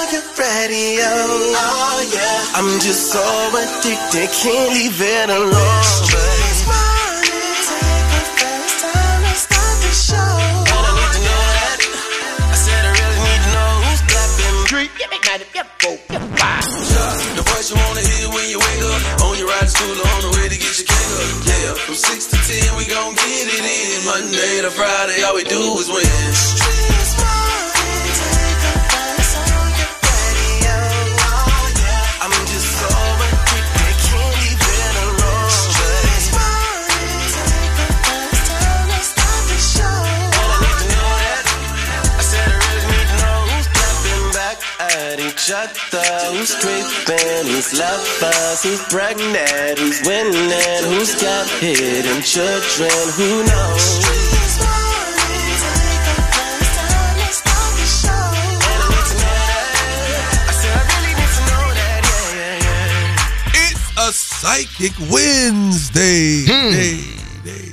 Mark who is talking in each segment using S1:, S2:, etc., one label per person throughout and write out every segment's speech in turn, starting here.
S1: radio. Oh yeah. I'm just so addicted, can't leave it alone. But it's morning, take the first time to start the show. And I need to know that. I said I really need to know who's clapping. Drink, get me kind of get The voice you wanna hear when you wake up. On your ride to school or on the way to get your kick up. Yeah, from six to ten we gon' get it in. Monday to Friday, all we do is win. Streets morning, take the first time to I'm just so addicted, can't leave it alone. It's mine, take the first time, let's start the show. And I need to know that. I said I really need to know who's clapping back at each other, who's creeping, who's lovers, who's pregnant, who's winning, who's got hidden children, who knows? It's mine, take the first time, let's start the show. And I need to know that. I said I really need to know that, yeah, yeah, yeah.
S2: It's a psychic Wednesday.
S3: Hmm.
S2: Day, day, day.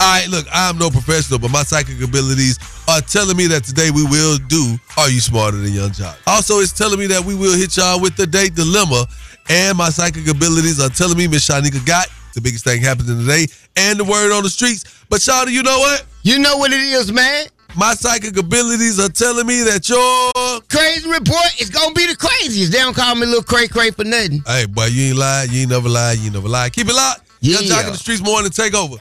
S2: All right, look, I'm no professional, but my psychic abilities are telling me that today we will do Are You Smarter Than Young Jock? Also, it's telling me that we will hit y'all with the date dilemma, and my psychic abilities are telling me Miss Shanika got the biggest thing happening today and the word on the streets. But, Shawnee, you know what?
S3: You know what it is, man.
S2: My psychic abilities are telling me that you're.
S3: Crazy report is gonna be the craziest. They don't call me little cray cray for nothing.
S2: Hey, boy, you ain't lied. You ain't never lied. You ain't never lied. Keep it locked. Young
S3: Yeah.
S2: Jock in the streets more than take over.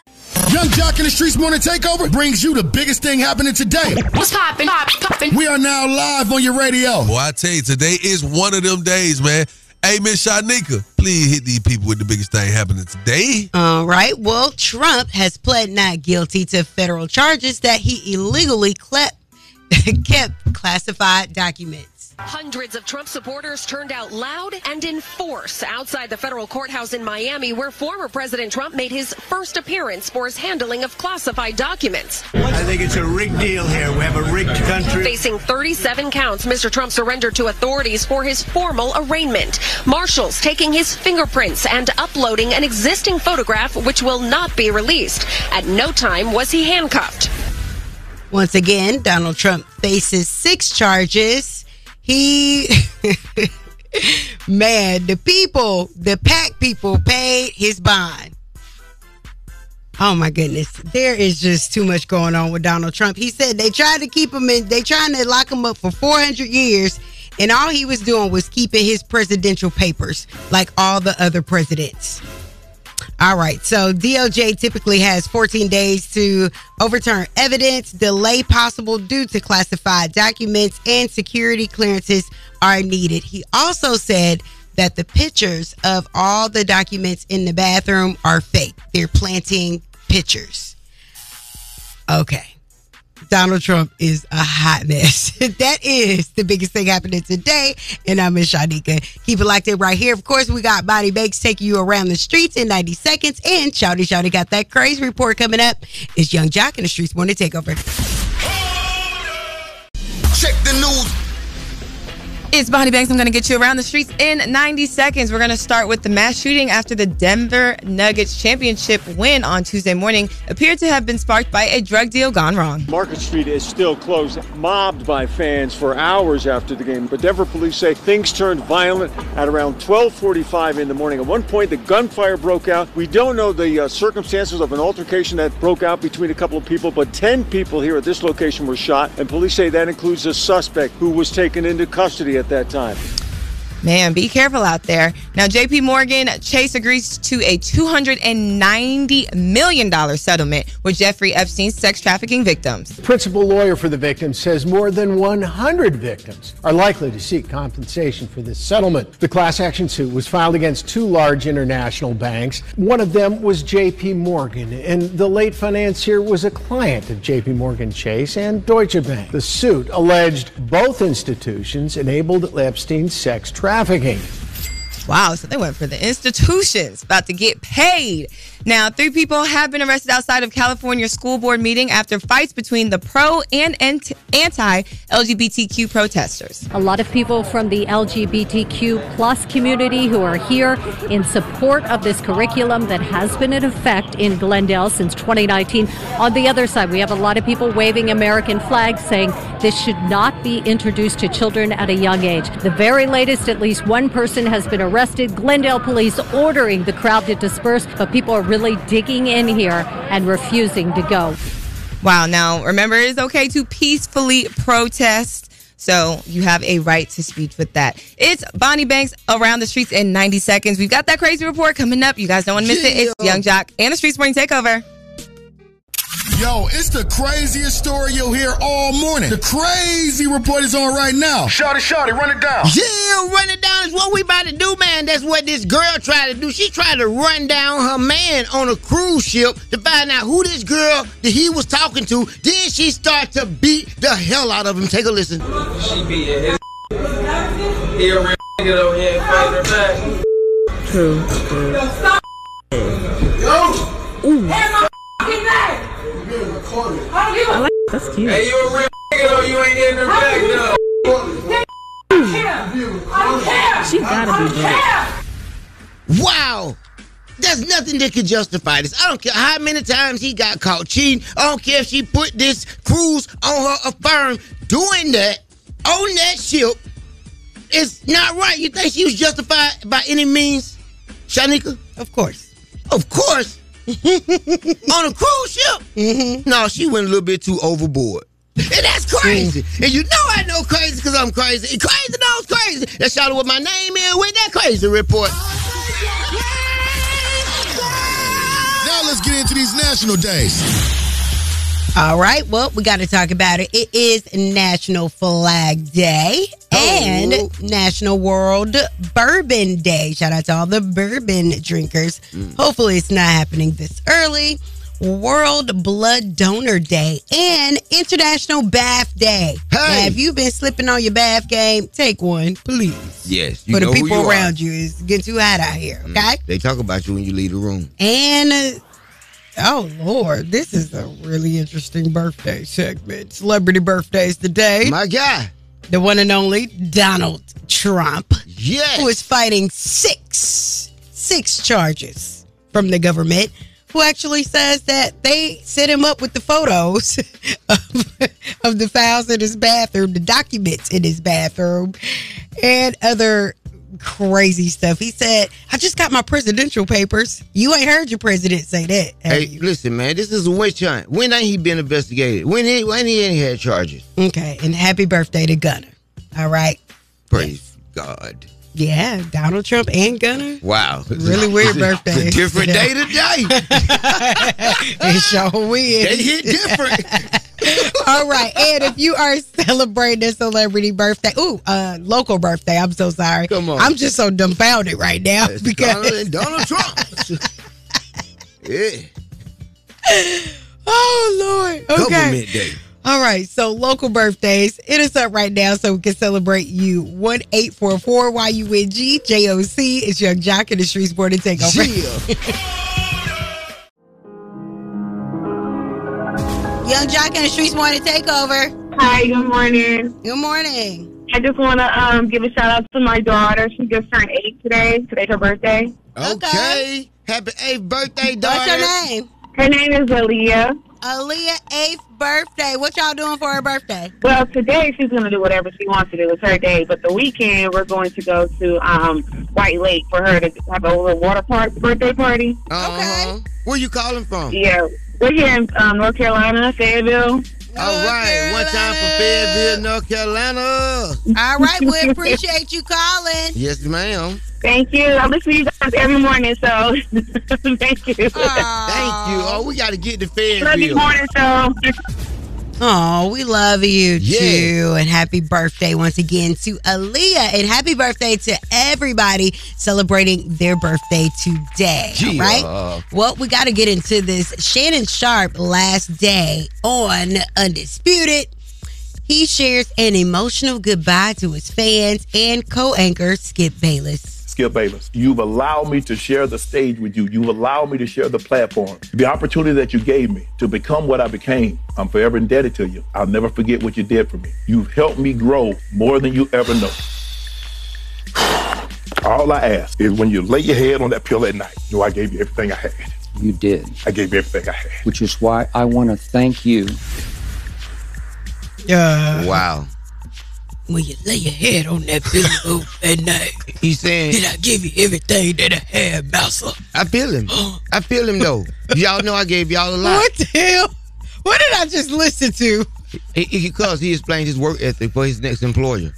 S4: Young Jock in the Streets Morning Takeover brings you the biggest thing happening today.
S5: What's poppin', poppin', poppin'?
S4: We are now live on your radio.
S2: Boy, I tell you, today is one of them days, man. Hey, Miss Shanika, please hit these people with the biggest thing happening today.
S6: All right. Well, Trump has pled not guilty to federal charges that he illegally clep- kept classified documents.
S7: Hundreds of Trump supporters turned out loud and in force outside the federal courthouse in Miami, where former President Trump made his first appearance for his handling of classified documents.
S8: I think it's a rigged deal here. We have a rigged country.
S7: Facing 37 counts, Mr. Trump surrendered to authorities for his formal arraignment. Marshals taking his fingerprints and uploading an existing photograph, which will not be released. At no time was he handcuffed.
S6: Once again, Donald Trump faces six charges. He, man, the people, the PAC people paid his bond. Oh my goodness. There is just too much going on with Donald Trump. He said they tried to keep him in, they trying to lock him up for 400 years. And all he was doing was keeping his presidential papers like all the other presidents. All right. So DOJ typically has 14 days to overturn evidence, delay possible due to classified documents, and security clearances are needed. He also said that the pictures of all the documents in the bathroom are fake. They're planting pictures. Okay. Donald Trump is a hot mess. that is the biggest thing happening today. And I'm Miss Shanika. Keep it locked in right here. Of course, we got Body Bakes taking you around the streets in 90 seconds. And Shouty Shouty got that crazy report coming up. It's Young Jock in the Streets Morning Takeover.
S9: Check the news.
S10: It's Bonnie Banks. I'm going to get you around the streets in 90 seconds. We're going to start with the mass shooting after the Denver Nuggets championship win on Tuesday morning appeared to have been sparked by a drug deal gone wrong.
S11: Market Street is still closed, mobbed by fans for hours after the game. But Denver police say things turned violent at around 12:45 in the morning. At one point, the gunfire broke out. We don't know the uh, circumstances of an altercation that broke out between a couple of people, but 10 people here at this location were shot, and police say that includes a suspect who was taken into custody at that time.
S10: Man, be careful out there. Now, JP Morgan Chase agrees to a $290 million settlement with Jeffrey Epstein's sex trafficking victims.
S8: Principal lawyer for the victims says more than 100 victims are likely to seek compensation for this settlement. The class action suit was filed against two large international banks. One of them was JP Morgan, and the late financier was a client of JP Morgan Chase and Deutsche Bank. The suit alleged both institutions enabled Epstein's sex trafficking.
S10: Wow, so they went for the institutions about to get paid. Now, three people have been arrested outside of California school board meeting after fights between the pro and anti LGBTQ protesters.
S5: A lot of people from the LGBTQ plus community who are here in support of this curriculum that has been in effect in Glendale since 2019. On the other side, we have a lot of people waving American flags saying this should not be introduced to children at a young age. The very latest, at least one person has been arrested. Glendale police ordering the crowd to disperse, but people are really digging in here and refusing to go.
S10: Wow. Now, remember, it is okay to peacefully protest. So you have a right to speech with that. It's Bonnie Banks around the streets in 90 seconds. We've got that crazy report coming up. You guys don't want to miss it. It's Young Jock and the Streets Morning Takeover.
S4: Yo, it's the craziest story you'll hear all morning. The crazy report is on right now. Shotty, shotty, run it down.
S3: Yeah, run it down is what we about to do, man. That's what this girl tried to do. She tried to run down her man on a cruise ship to find out who this girl that he was talking to. Then she start to beat the hell out of him. Take a listen.
S1: She beat his He a real nigga though, he ain't fighting her back.
S9: True.
S1: Stop. Yo! Ooh.
S9: I like that's cute.
S1: Hey, you a real nigga though, you ain't getting her back though.
S9: She gotta be dead.
S3: Wow. There's nothing that could justify this. I don't care how many times he got caught cheating. I don't care if she put this cruise on her a firm doing that on that ship. It's not right. You think she was justified by any means, Shanika?
S6: Of course.
S3: Of course. on a cruise ship?
S6: Mm-hmm.
S3: No, she went a little bit too overboard. And that's crazy.
S6: Mm.
S3: And you know I know crazy because I'm crazy. And crazy knows crazy. That's y'all what my name is with that crazy report.
S4: Now let's get into these national days.
S6: All right. Well, we got to talk about it. It is National Flag Day and
S3: Oh.
S6: National World Bourbon Day. Shout out to all the bourbon drinkers.
S4: Mm.
S6: Hopefully, it's not happening this early. World Blood Donor Day and International Bath Day. Now, if you've been slipping on your bath game, take one, please.
S3: Yes, you
S6: For the
S3: know who
S6: people
S3: you are. Mm.
S6: around you, it's getting too hot out here.
S4: Mm.
S6: Okay.
S3: They talk about you when you leave the room.
S6: And uh, oh lord, this is a really interesting birthday segment. Celebrity birthdays today.
S3: My guy.
S6: the one and only Donald Trump,
S3: Yes.
S6: who is fighting six six charges from the government. Who actually says that they set him up with the photos of, of the files in his bathroom, the documents in his bathroom, and other crazy stuff. He said, I just got my presidential papers. You ain't heard your president say that. have
S3: Hey,
S6: you?
S3: listen, man, this is a witch hunt. When ain't he been investigated? When he when he ain't had charges?
S6: Okay. And happy birthday to Gunner. All right.
S3: Praise God.
S6: Yeah. Donald Trump and Gunner.
S3: Wow.
S6: Really weird birthday.
S3: It's a different day today.
S6: It sure
S3: they
S6: will.
S3: hit different.
S6: All right. And if you are celebrating a celebrity birthday, ooh, uh, local birthday, I'm so sorry.
S3: Come on.
S6: I'm just so dumbfounded right now
S3: It's Donald,
S6: because,
S3: and Donald Trump. yeah.
S6: oh, Lord. Okay.
S3: Government day.
S6: All right, so local birthdays. Hit us up right now so we can celebrate you. 1 844 YUNG JOC. It's Young Jock and the Streets Board to take over. Young Jock and the Streets Board to take over.
S9: Hi, good morning.
S6: Good morning.
S9: I just want to um, give a shout out to my daughter. She just turned eight today. Today's her birthday.
S3: Okay.
S6: Okay.
S3: Happy eighth birthday, daughter.
S6: What's your name?
S9: Her name is Aaliyah.
S6: Aaliyah, eighth birthday. What y'all doing for her birthday?
S9: Well, today she's going to do whatever she wants to do. It's her day. But the weekend, we're going to go to um, White Lake for her to have a little water park birthday party.
S3: Uh-huh. Where you calling from?
S9: Yeah. We're here in um, North Carolina, Fayetteville.
S3: All right. One time for Fayetteville, North Carolina.
S6: All right, we appreciate you calling.
S3: Yes, ma'am.
S9: Thank you. I listen to you guys every morning, so thank you.
S3: Thank
S6: Aw.
S3: you. Oh, we got to get to
S9: Love you,
S3: Fayetteville.
S9: morning show.
S6: Oh, we love you
S3: Yeah.
S6: too. And happy birthday once again to Aaliyah. And happy birthday to everybody celebrating their birthday today. all
S3: Yeah.
S9: uh,
S6: Right? Well, we got to get into this. Shannon Sharp last day on Undisputed. He shares an emotional goodbye to his fans and co anchor Skip Bayless.
S12: Skip Bayless. You've allowed me to share the stage with you. You've allowed me to share the platform. The opportunity that you gave me to become what I became, I'm forever indebted to you. I'll never forget what you did for me. You've helped me grow more than you ever know. All I ask is when you lay your head on that pillow at night, know I gave you everything I had.
S13: You did,
S12: I gave you everything I had.
S13: which is why I want to thank you.
S6: Yeah.
S3: Wow.
S6: When you lay your head on that pillow at night,
S3: he said,
S6: "Did I give you everything that I had, Mouser?"
S3: I feel him. I feel him though. Y'all know I gave y'all a lot.
S6: What the hell? What did I just listen to?
S3: Because he explained his work ethic for his next employer.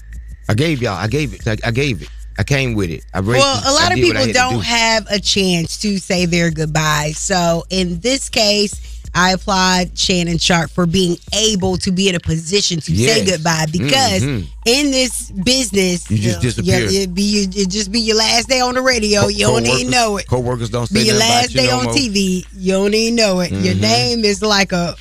S3: I gave y'all. I gave it. I, I gave it. I came with it. I raised
S6: Well,
S3: it.
S6: a
S3: I
S6: lot of
S3: did what
S6: people
S3: I had to
S6: don't
S3: do.
S6: have a chance to say their goodbyes. So in this case, I applaud Shannon Sharp for being able to be in a position to say
S3: Yes.
S6: goodbye because
S3: Mhm.
S6: in this business,
S3: You just disappear.
S6: Yeah, it be you, it just be your last day on the radio. you don't
S3: Co-workers-
S6: even know it.
S3: Co-workers don't say
S6: Be your
S3: nothing about
S6: last
S3: you
S6: day
S3: no
S6: on
S3: more.
S6: TV. You don't even know it. Your
S3: Mhm.
S6: name is like a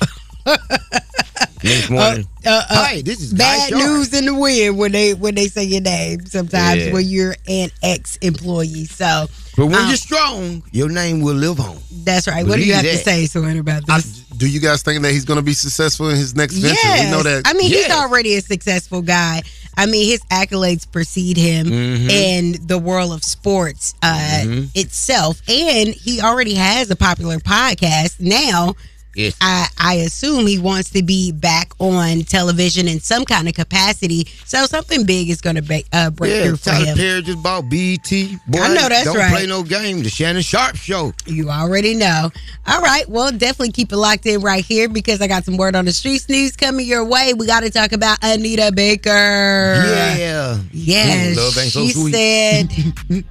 S3: Next morning.
S6: uh, uh,
S3: Hi, this is Guy
S6: bad
S3: Sharp.
S6: news in the wind when they when they say your name sometimes
S3: Yeah.
S6: when you're an ex employee. So, um,
S3: But when you're
S6: strong,
S3: Your name will live on.
S6: that's right. What do you have
S3: Believe
S6: to
S3: that.
S6: say, Soren, about this?
S14: Do you guys think that he's going to be successful in his next venture?
S6: Yes.
S14: We know that.
S6: I mean, he's already a successful guy. I mean, his accolades precede him
S3: Mm-hmm.
S14: Mhm.
S6: in the world of sports uh,
S14: Mhm.
S6: itself, and he already has a popular podcast now.
S3: Yes.
S6: I, I assume he wants to be back on television in some kind of capacity. So something big is going to be, uh, break
S3: Yeah,
S6: through for
S3: Tyler
S6: him.
S3: Perry just bought BT. Boy,
S6: I know that's
S3: don't
S6: right.
S3: play no game. The Shannon Sharp Show.
S6: You already know. All right. Well, definitely keep it locked in right here because I got some word on the streets news coming your way. We got to talk about Anita Baker.
S3: Yeah.
S6: Yes.
S3: Mm, love ain't so
S6: she
S3: sweet.
S6: said,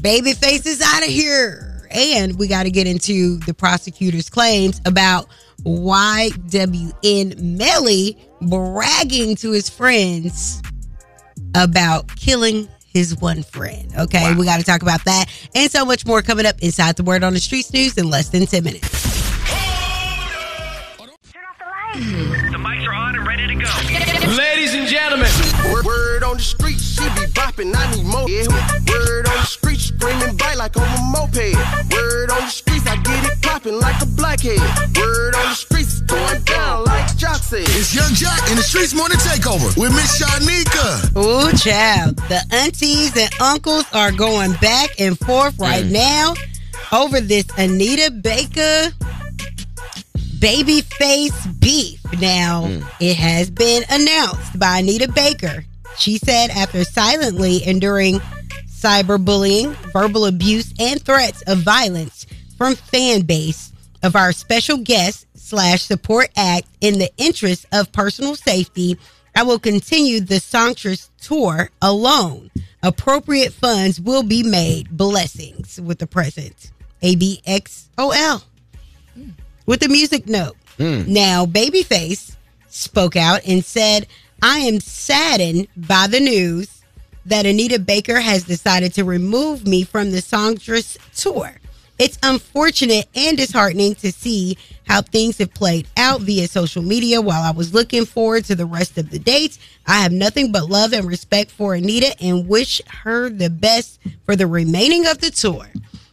S6: baby faces out of here. And we got to get into the prosecutor's claims about YWN Melly bragging to his friends about killing his one friend. Okay, we got to talk about that and so much more coming up inside the Word on the Streets news in less than 10 minutes.
S1: The mics are on and ready to go. Ladies and gentlemen. Word, word on the street, she be bopping, I need more. Yeah. Word on the street, screaming bright like on a moped. Word on the streets, I get it popping like a blackhead. Word on the streets, it's going down like Jock said.
S4: It's Young Jock in the Streets Morning Takeover with Miss Shanika.
S6: Ooh, child. The aunties and uncles are going back and forth right now over this Anita Baker babyface beef. Now,
S1: Mm.
S6: it has been announced by Anita Baker. She said after silently enduring cyberbullying, verbal abuse, and threats of violence from fan base of our special guest slash support act in the interest of personal safety, I will continue the songstress tour alone. Appropriate funds will be made. Blessings with the present. ABXOL with the music note.
S7: Mm.
S6: Now, Babyface spoke out and said, I am saddened by the news that Anita Baker has decided to remove me from the Songstress tour. It's unfortunate and disheartening to see how things have played out via social media while I was looking forward to the rest of the dates. I have nothing but love and respect for Anita and wish her the best for the remaining of the tour.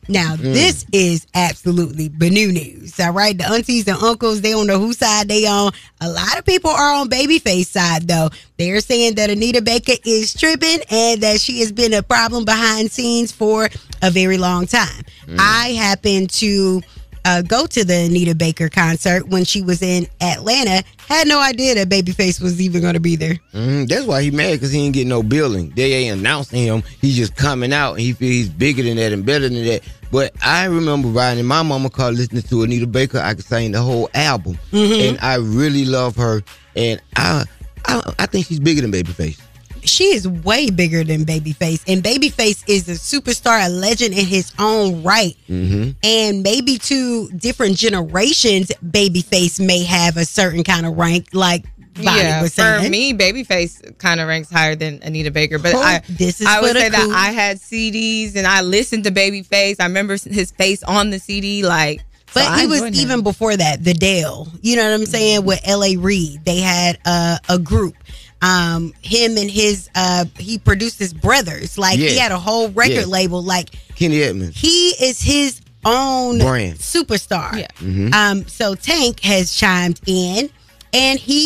S6: Now,
S1: Mm.
S6: this is absolutely new news. All right. The aunties and uncles, they don't know whose side they on. A lot of people are on babyface side though. They're saying that Anita Baker is tripping and that she has been a problem behind scenes for a very long time. I happened to uh, go to the Anita Baker concert when she was in Atlanta. Had no idea that Babyface was even going to be there.
S3: Mhm, That's why he mad because he ain't getting no billing. They ain't announcing him. He's just coming out and he feel he's bigger than that and better than that. But I remember riding in my mama car listening to Anita Baker. I could sing the whole album,
S6: Mm-hmm.
S3: and I really love her. And I, I, I think she's bigger than Babyface.
S6: she is way bigger than Babyface, and Babyface is a superstar, a legend in his own right.
S1: Mm-hmm.
S6: And maybe two different generations, Babyface may have a certain kind of rank, like Bonnie
S10: yeah,
S6: was saying.
S10: for me, Babyface kind of ranks higher than Anita Baker, but
S6: Oh,
S10: I
S6: this is
S10: I
S6: for
S10: would
S6: the
S10: say that
S6: cool.
S10: I had CDs and I listened to Babyface. I remember his face on the CD, like. so
S6: But
S10: I Mm-hmm.
S6: he was
S10: enjoyed him.
S6: even before that, the Dale. You know what I'm saying? With L.A. Reid, they had uh, a group. um him and his uh he produced his brothers. Like he
S3: Yeah.
S6: had a whole record
S3: Yeah.
S6: label. Like
S3: Kenny Edmonds.
S6: he is his own
S3: Brand.
S6: superstar. Yeah.
S3: Mhm.
S6: Um, so Tank has chimed in, and he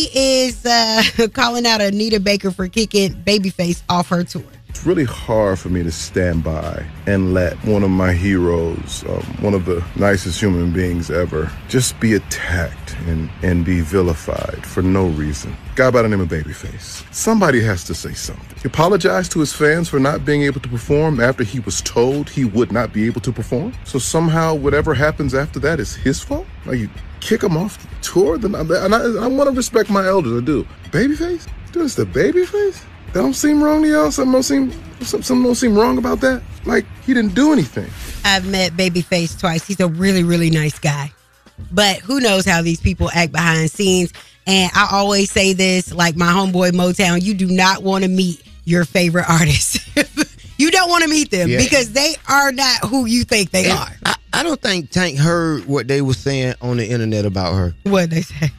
S6: is uh, calling out Anita Baker for kicking Babyface off her tour.
S15: It's really hard for me to stand by and let one of my heroes, um, one of the nicest human beings ever, just be attacked and, and be vilified for no reason. Guy by the name of Babyface. Somebody has to say something. He apologized to his fans for not being able to perform after he was told he would not be able to perform. So somehow, whatever happens after that is his fault? Like, you kick him off the tour? Then I, and I, I want to respect my elders, I do. Babyface? Dude, it's the Babyface? That don't seem wrong to y'all. Something don't seem some- something don't seem wrong about that. Like he didn't do anything.
S6: I've met Babyface twice. He's a really, really nice guy. But who knows how these people act behind scenes. And I always say this, like my homeboy Motown, you do not want to meet your favorite artist. you don't want to meet them
S3: Yeah.
S6: because they are not who you think they are.
S3: I, I don't think Tank heard what they were saying on the internet about her.
S6: What they say?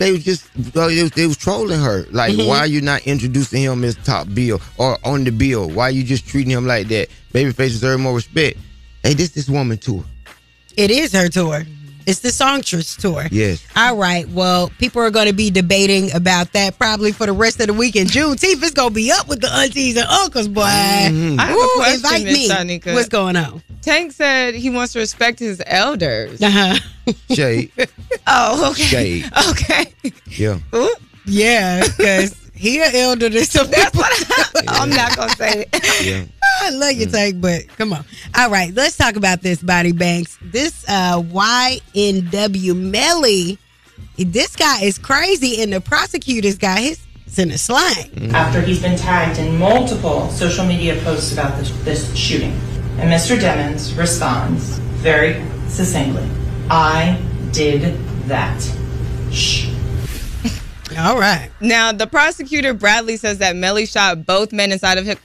S3: They was just well, they was, they was trolling her. Like,
S6: Mhm.
S3: why are you not introducing him as top bill or on the bill? Why you just treating him like that? Babyface deserves more respect. Hey, this this woman tour.
S6: It is her tour. It's the Songstress tour.
S3: Yes.
S6: All right. Well, people are going to be debating about that probably for the rest of the week. And Juneteenth is going to be up with the aunties and uncles, boy.
S10: Mm-hmm. I have a
S6: Ooh,
S10: question,
S6: invite
S10: Miss
S6: me.
S10: Sonika.
S6: What's going on?
S10: Tank said he wants to respect his elders.
S6: Uh-huh.
S3: Jay.
S10: Oh, okay.
S3: Shade.
S10: Okay.
S3: Yeah.
S10: Ooh.
S6: Yeah, because he an elder than some people.
S10: I'm not going to say it.
S3: Yeah.
S6: I love your take, but come on. All right, let's talk about this, Body Banks. This uh, YNW Melly, this guy is crazy, and the prosecutors got his in a slang.
S16: after he's been tagged in multiple social media posts about this, this shooting. And Mr. Demons responds very succinctly I did that.
S6: All right.
S10: Now, the prosecutor Bradley says that Melly shot both men inside of his,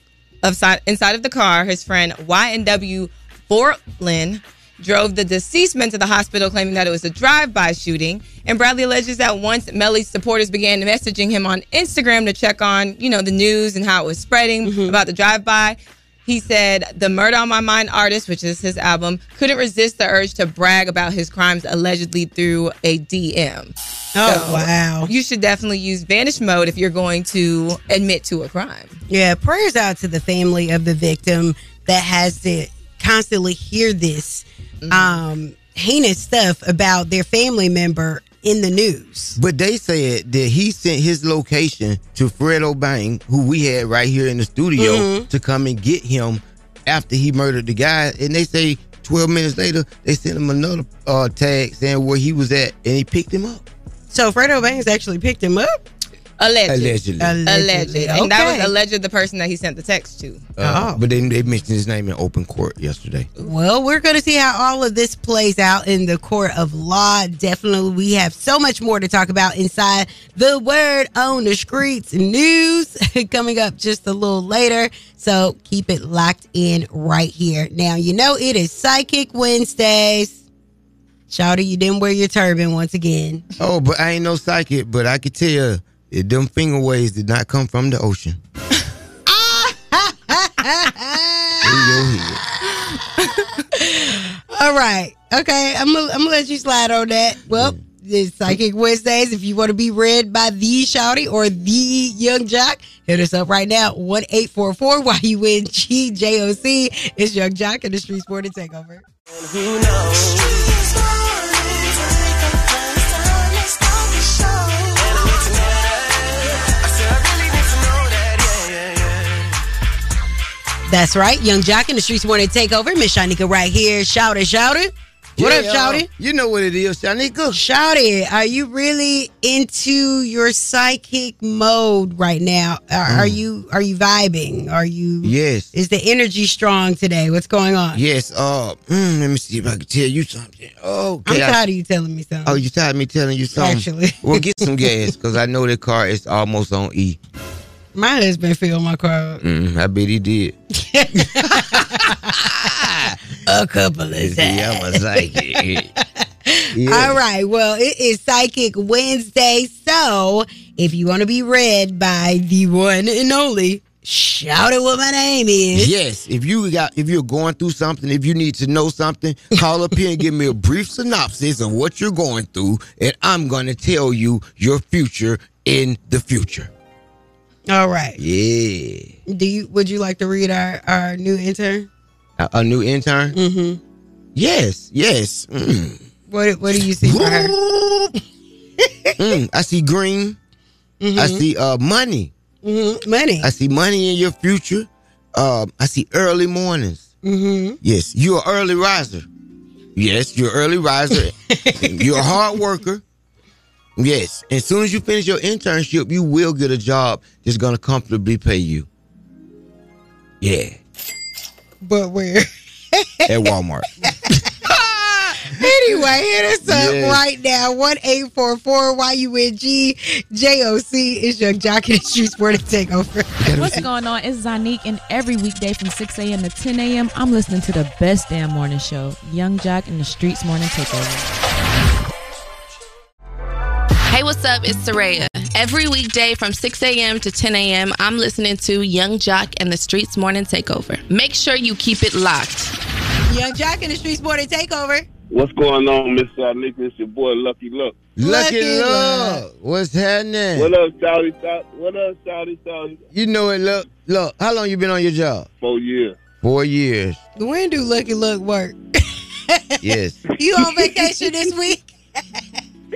S10: of si- inside of the car. His friend YNW Fortlin drove the deceased men to the hospital, claiming that it was a drive-by shooting. And Bradley alleges that once Melly's supporters began messaging him on Instagram to check on, you know, the news and how it was spreading
S6: Mm-hmm.
S10: about the drive-by. He said the Murder on My Mind artist, which is his album, couldn't resist the urge to brag about his crimes allegedly through a DM.
S6: Oh, wow.
S10: You should definitely use vanish mode if you're going to admit to a crime.
S6: Yeah, prayers out to the family of the victim that has to constantly hear this
S10: Mm-hmm.
S6: um, heinous stuff about their family member in the news.
S3: But they said that he sent his location to Fred O'Bain, who we had right here in the studio,
S6: Mhm.
S3: to come and get him after he murdered the guy. And they say 12 minutes later, they sent him another uh, tag saying where he was at, and he picked him up.
S6: So Fredo Banks actually picked him up.
S3: Allegedly.
S10: Alleged.
S3: Allegedly,
S10: And that was
S6: okay.
S10: alleged the person that he sent the text to.
S3: Uh,
S6: Oh.
S3: But they, they mentioned his name in open court yesterday.
S6: Well, we're going to see how all of this plays out in the court of law. Definitely, we have so much more to talk about inside the word on the streets news coming up just a little later. So keep it locked in right here. Now, you know, it is Psychic Wednesdays. Shouty, you didn't wear your turban once again.
S3: Oh, but I ain't no psychic, but I could tell that them finger waves did not come from the ocean. In your head.
S6: All right. Okay. I'm gonna I'm gonna let you slide on that. Well, it's Psychic Wednesdays. If you want to be read by the Shouty or the Young Jock, hit us up right now. One eight four four. While you win GJOC, it's Young Jock and the Street Sporting Takeover.
S1: Who knows?
S6: That's right, Young Jock and the Street Sporting Takeover. Miss Shanika right here. Shouty, shouty. What
S3: Yeah,
S6: up, Shouty?
S3: You know what it is, Shanika.
S6: Shouty, are you really into your psychic mode right now? Are,
S3: Mm.
S6: are you are you vibing? Are you
S3: Yes.
S6: Is the energy strong today? What's going on?
S3: Yes. Uh, mm, let me see if I can tell you something. Oh, okay.
S6: I'm
S3: I-
S6: tired of you telling me something.
S3: Oh, you tired of me telling you something?
S6: Actually.
S3: well, get some gas because I know that car is almost on E.
S6: My husband filled my car up.
S3: Mm, I bet he did. Ah,
S6: a couple of times.
S3: Yeah, I'm a psychic.
S14: Yeah.
S6: All right. Well, it is Psychic Wednesday. So if you want to be read by the one and only, shout it what my name is.
S3: Yes, if you got if you're going through something, if you need to know something, call up here and give me a brief synopsis of what you're going through, and I'm gonna tell you your future in the future.
S6: All right.
S3: Yeah,
S6: Do you would you like to read our, our new intern?
S3: a, a new intern.
S6: Mm-hmm.
S3: Yes, yes. Mm.
S6: What what do you see for her?
S3: Mm, I see green. I
S6: Mhm.
S3: see uh, money.
S6: Mm-hmm. Money.
S3: I see money in your future. Um, I see early mornings.
S6: Mm-hmm.
S3: Yes, you're an early riser. Yes, you're an early riser. you're a hard worker. Yes, as soon as you finish your internship, you will get a job that's going to comfortably pay you. Yeah,
S6: But where?
S3: at Walmart.
S6: anyway, hit us up
S3: Yes.
S6: right now. One eight four four Y U N G J O C is your jockey and shoes for to take over.
S17: What's going on? It's Zanique, and every weekday from 6 a.m. to 10 a.m., I'm listening to the best damn morning show, Young Jock and the Streets Morning Takeover.
S18: Hey, what's up? It's Soraya. Every weekday from 6 a.m. to 10 a.m., I'm listening to Young Jock and the Streets Morning Takeover. Make sure you keep it locked.
S6: Young Jock in the Streets Board and Takeover.
S19: What's going on, Miss Nick? It's your boy Lucky Luck.
S3: Lucky Luck, what's happening?
S19: What up, Saudi? Saudi? What up, Saudi? Saudi?
S3: You know it, look, look. How long you been on your job?
S19: Four years.
S3: Four years.
S6: When do Lucky Luck work?
S3: Yes.
S6: You on vacation this week?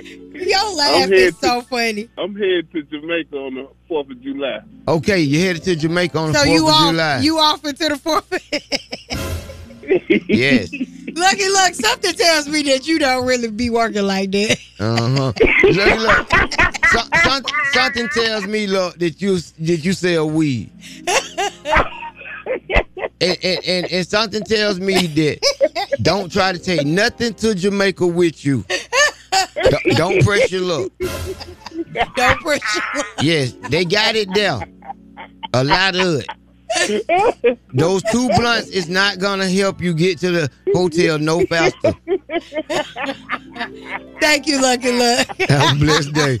S6: Your laugh
S19: here
S6: is so funny.
S19: I'm headed to Jamaica on the Fourth of July.
S3: Okay, you headed to Jamaica on the
S6: So
S3: Fourth
S6: you
S3: of
S6: off
S3: July.
S6: you off until the fourth.
S3: yes.
S6: Lucky Luck, something tells me that you don't really be working like that.
S3: Uh huh. look, look. So, some- something tells me, look, that you that you sell weed. and, and, and and something tells me that don't try to take nothing to Jamaica with you. Don't, don't press your luck.
S6: Don't press your luck.
S3: Yes, they got it there. A lot of it. Those two blunts is not gonna help you get to the hotel no faster.
S6: Thank you, Lucky Luck.
S3: Have a blessed day.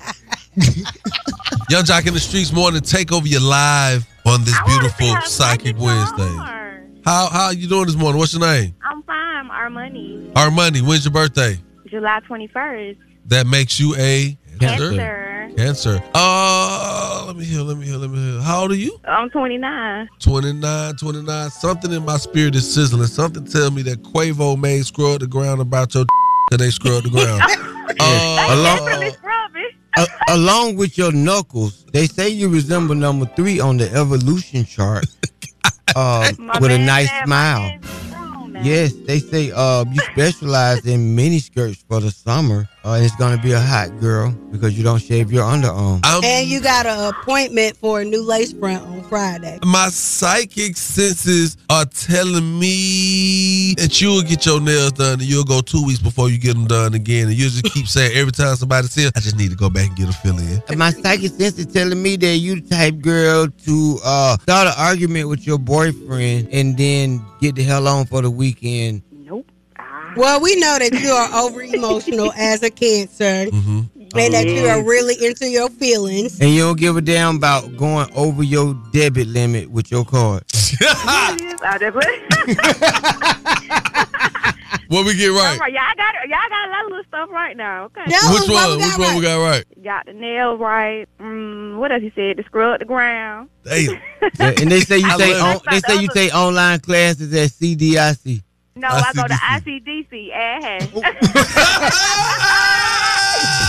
S2: Young Jock in the Streets morning take over your live on this beautiful Psychic Wednesday. How how you doing this morning? What's your name?
S20: I'm fine. Our money,
S2: Our money. When's your birthday?
S20: July 21st.
S2: That makes you a
S20: Cancer.
S2: Cancer. Uh, let me hear, let me hear, let me hear. How old are you?
S10: Oh.
S20: I'm 29.
S2: 29, 29. Something in my spirit is sizzling. Something tell me that Quavo made scrub the ground about your till they scrub the ground. uh,
S3: along, a- along with your knuckles, they say you resemble number three on the evolution chart um,
S1: My
S3: with a
S1: man
S3: nice
S1: said
S3: smile. Yes, they say uh, you specialize in mini skirts for the summer. Uh, it's going to be a hot girl because you don't shave your underarm.
S6: and you got an appointment for a new lace front on Friday.
S2: My psychic senses are telling me that you'll get your nails done and you'll go two weeks before you get them done again. And you'll just keep saying every time somebody says, I just need to go back and get a fill in.
S3: My psychic sense is telling me that you the type girl to uh, start an argument with your boyfriend and then get the hell on for the weekend.
S6: Well, we know that you are over emotional as a cancer and that
S3: Oh,
S6: you are really into your feelings.
S3: And you don't give a damn about going over your debit limit with your card.
S2: what we get
S20: All right, y'all got y'all got a lot of little stuff right now. Okay.
S2: Which one? Which one we got right?
S20: Got the nail right. Mm, what else you said? The scrub the ground.
S3: Yeah, and they say you
S20: I
S3: take on,
S20: love
S3: they
S20: it.
S3: say you take online classes at CDIC.
S20: No, I, go to ICDC.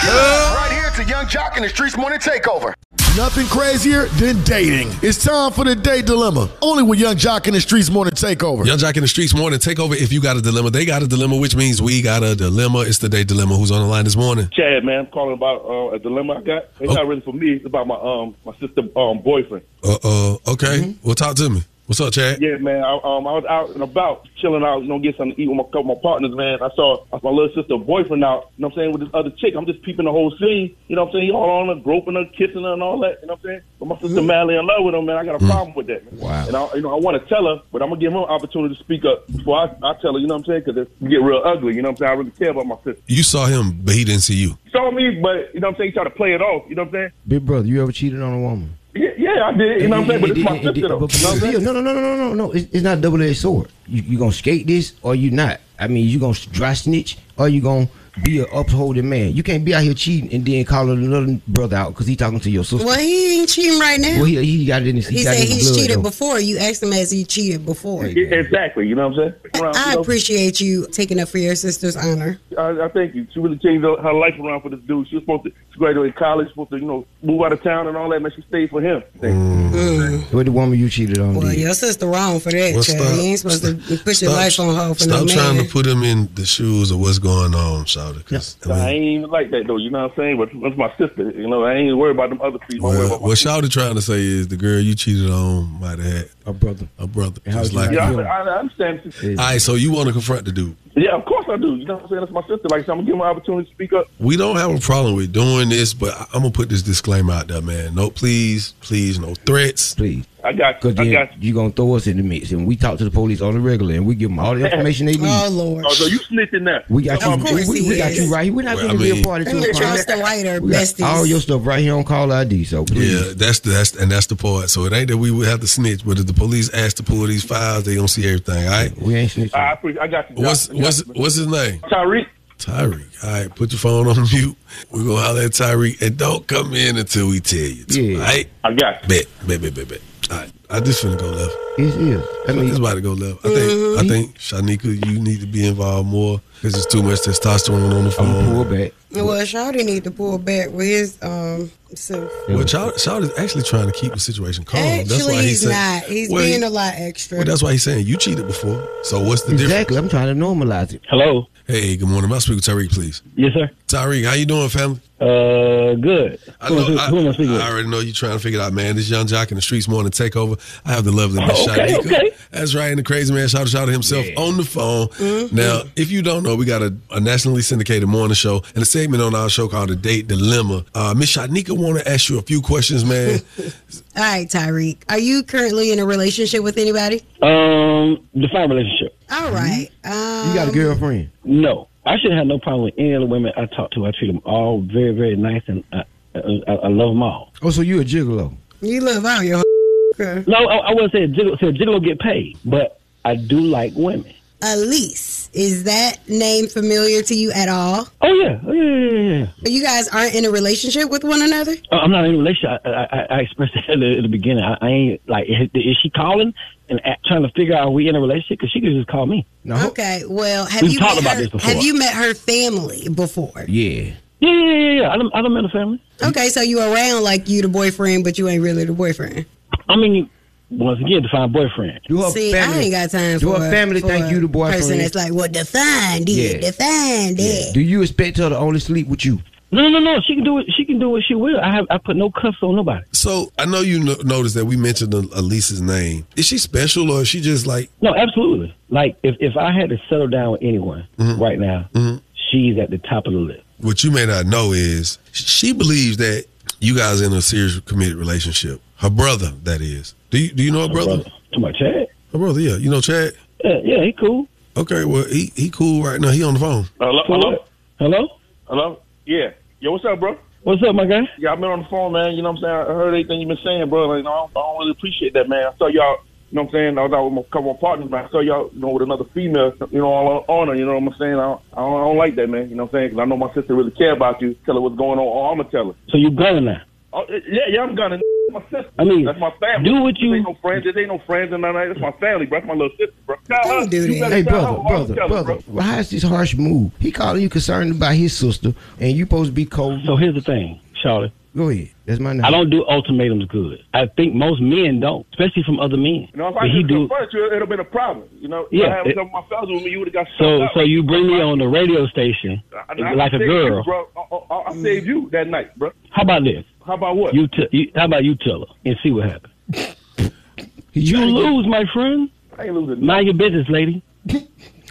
S4: Right here to Young Jock and the Streets Morning Takeover. Nothing crazier than dating. It's time for the date dilemma. Only with Young Jock and the Streets Morning Takeover.
S2: Young Jack in the Streets morning take over if you got a dilemma. They got a dilemma, which means we got a dilemma. It's the day dilemma. Who's on the line this morning?
S21: Chad, man, I'm calling about uh, a dilemma I got.
S19: Oh.
S21: It's not really for me. It's about my um my sister um boyfriend.
S2: Uh, uh okay. Well, talk to me. What's up, Chad?
S21: Yeah, man. I, um, I was out and about, chilling out, you know, get something to eat with my couple my partners, man. I saw my little sister boyfriend out, you know what I'm saying, with this other chick. I'm just peeping the whole scene, you know what I'm saying? He all on her, groping her, kissing her, and all that, you know what I'm saying? But my
S2: Mm.
S21: sister madly in love with him, man. I got a problem with that. Wow. And I, you know, I want to tell her, but I'm going to give her an opportunity to speak up before I, I tell her, you know what I'm saying? Because it get real ugly, you know what I'm saying? I really care about my sister.
S2: You saw him, but he didn't see you.
S21: He saw me, but, you know what I'm saying? He tried to play it off, you know what I'm saying?
S7: Big brother, you ever cheated on a woman?
S21: Yeah, yeah, I did. You know what I'm saying? But it's my
S7: It- it-
S21: sister, though.
S7: but-
S21: You know what I'm saying?
S7: No, no, no, no, no, no, no. It's, it's not double edged sword. You you gonna skate this or you not? I mean, you gonna dry snitch or you gonna be an upholding man? You can't be out here cheating and then call another brother out because he talking to your sister.
S6: Well, he ain't cheating right now.
S7: Well, he, he got it in his.
S6: he
S7: got
S6: said
S7: it in his
S6: he's
S7: blood,
S6: cheated
S7: though.
S6: before. You asked him as he cheated before.
S21: Exactly. You know what I'm saying? Around,
S6: I
S21: you know,
S6: appreciate you taking up for your sister's honor.
S21: I, I thank you. She really changed her her life around for this dude. She was supposed to graduate college, supposed to, you know, move out of town and all that, man. She stayed for him.
S6: Mm.
S7: What the woman you cheated on?
S6: Well,
S7: did?
S6: your sister wrong for that,
S2: Well,
S6: child.
S2: stop.
S6: You ain't supposed to put your life on hold for
S2: Stop
S6: no
S2: trying
S6: man.
S2: to put him in the shoes of what's going on, Shouter.
S21: So I ain't even like that, though. You know what I'm saying? But that's my sister. You know, I ain't worried about them other people. I'm worried
S2: Well,
S21: about
S2: what Shouter trying to say is the girl you cheated on might have had
S7: a brother.
S2: A brother.
S21: my
S2: Just like
S21: yeah,
S2: you.
S21: I, I understand.
S2: All right, so you want to confront the dude.
S21: Yeah, of course I do. You know what I'm saying? That's my sister. Like, so I'm going to give her an opportunity to speak up.
S2: We don't have a problem with doing this, but I- I'm gonna put this disclaimer out there, man. No, please, please, no threats.
S7: Please.
S21: I got
S7: Cause then you gonna throw us in the mix, and we talk to the police on the regular, and we give them all the information they need.
S6: Lord.
S21: Oh, so you snitching now.
S7: We got you. we- We, we got you right here. We're not
S2: Well,
S7: going
S2: I
S7: to be a
S2: mean-
S7: party to
S6: And
S7: a crime.
S6: Charleston White are
S7: We got
S6: besties.
S7: all your stuff right here on call ID. So please,
S2: Yeah, that's the, that's and that's the part. So it ain't that we would have to snitch, but if the police ask to pull these files, they gonna see everything. All right,
S7: we ain't snitching.
S21: I, appreciate- I got you.
S2: What's
S21: I got you.
S2: what's what's his name?
S21: Tyreek.
S2: Tyreek. All right, put your phone on mute. We're gonna holler at Tyreek, and don't come in until we tell you. To, yeah. All right.
S21: I got.
S2: Bet. Bet. Bet. Bet. Bet. All right. I just finna go left.
S7: It is. I mean,
S2: it's about to go left. I think. I think Shanika, you need to be involved more because there's too much testosterone on the phone.
S7: pull back.
S6: Well, Shawty need to pull back with his um self.
S2: Well, Child, Child is actually trying to keep the situation calm. that's
S6: Actually,
S2: why
S6: he's
S2: saying-
S6: not. He's
S2: well,
S6: being
S2: he-
S6: a lot extra.
S2: Well, that's why he's saying you cheated before. So what's the
S7: exactly. I'm trying to normalize it.
S2: Hello. Hey, good morning. May I speak with Tyreek, please? Yes, sir. Tyreek, how you doing, family? Uh, good. I,
S22: Who
S2: know,
S22: am I-
S2: I,
S22: who am I
S2: I already know you're trying to figure it out, man. This young jock in the streets morning takeover. I have the lovely Miss
S22: Oh, Okay,
S2: Shanika.
S22: okay.
S2: That's right, and the crazy man shout out himself on the phone.
S22: Mhm.
S7: Mm-hmm.
S2: Now, if you don't know, we got a, a nationally syndicated morning show and a segment on our show called The Date Dilemma. Uh, Miss Shanika want to ask you a few questions, man.
S6: All right, Tyreek. Are you currently in a relationship with anybody?
S22: Um, define relationship.
S6: All right. Um,
S7: You got a girlfriend?
S22: No, I shouldn't have no problem with any of the women I talk to. I treat them all very, very nice, and I, I, I love them all.
S7: Oh, so you a gigolo?
S6: You love out your.
S22: No, I, I wouldn't say a gigolo. Say a gigolo get paid, but I do like women.
S6: Elise. Is that name familiar to you at all?
S22: Oh yeah, oh yeah, yeah, yeah. yeah.
S6: You guys aren't in a relationship with one another?
S22: I- I'm not in a relationship. I, I, I expressed that at the, at the beginning. I, I ain't like, is, is she calling and a trying to figure out are we in a relationship? Because she could just call me.
S7: No.
S6: Okay. Well, have
S22: We've
S6: you
S22: talked
S6: met
S22: about
S6: her,
S22: this before.
S6: have you met her family before?
S7: Yeah.
S22: Yeah, yeah, yeah, yeah. I don't, I don't met a family.
S6: Okay, so you around like you the boyfriend, but you ain't really the boyfriend.
S22: I mean, once again, define boyfriend.
S6: See, I ain't got time
S7: Do
S6: for
S7: her family
S6: for
S7: think you the boyfriend?
S6: Person that's like, well, define this,
S7: Yeah.
S6: define that.
S7: Do you expect her to only sleep with you?
S22: No, no, no. She can do it. She can do what she will. I have. I put no cuffs on nobody.
S2: So I know you no- noticed that we mentioned El- Elisa's name. Is she special or is she just like
S22: No, absolutely. Like if if I had to settle down with anyone right now, she's at the top of the list.
S2: Mm-hmm. what you may not know is she believes that you guys in a serious committed relationship. Her brother, that is. Do you do you know her brother?
S22: To my Chad.
S2: Her brother, yeah. You know Chad?
S22: Yeah, yeah, he cool.
S2: Okay, well he he cool right now. He on the phone.
S21: Hello? uh, Hello?
S22: Hello?
S21: Hello? Yeah. Yo, what's up, bro?
S22: What's up, my guy?
S21: Yeah, I've been on the phone, man. You know what I'm saying? I heard everything you've been saying, bro. Like, you know, I, don't, I don't really appreciate that, man. I saw y'all, you know what I'm saying? I was out with my couple of partners, man. I saw y'all, you know, with another female, you know, all on her. You know what I'm saying? I don't, I don't, I don't like that, man. You know what I'm saying? Because I know my sister really care about you. Tell her what's going on, or I'm going to tell her.
S22: So you gunning now?
S21: Oh, yeah, yeah, I'm gonna. My sister.
S22: I mean,
S21: that's my family.
S22: do what you-
S21: This ain't no friends. This ain't no friends and none of that. That's my family, bro. That's my little sister, bro. Tell her.
S7: do
S21: You better
S7: Hey,
S21: tell
S7: brother,
S21: her. I'm
S7: brother,
S21: telling her,
S7: brother. Well, how is this harsh move? He calling you concerned about his sister, and you supposed to be cold.
S22: So here's the thing, Charlotte.
S7: Go ahead. That's my name.
S22: I don't do ultimatums good. I think most men don't, especially from other men.
S21: You know, if
S22: But
S21: I
S22: he
S21: could
S22: do.
S21: confront you, it'd have been a problem. You know, if
S22: Yeah,
S21: I had
S22: it-
S21: some of my fellas with me, you would have got
S22: So
S21: shut
S22: so you bring me on the radio station
S21: out. I, I
S22: like a
S21: saved
S22: girl. Mm.
S21: you, bro. I, I, I saved you that night, bro.
S22: How about this?
S21: How about what?
S22: You, t- you how about you tell her and see what happens. You lose, my friend.
S21: I ain't losing.
S22: Mind your business, lady.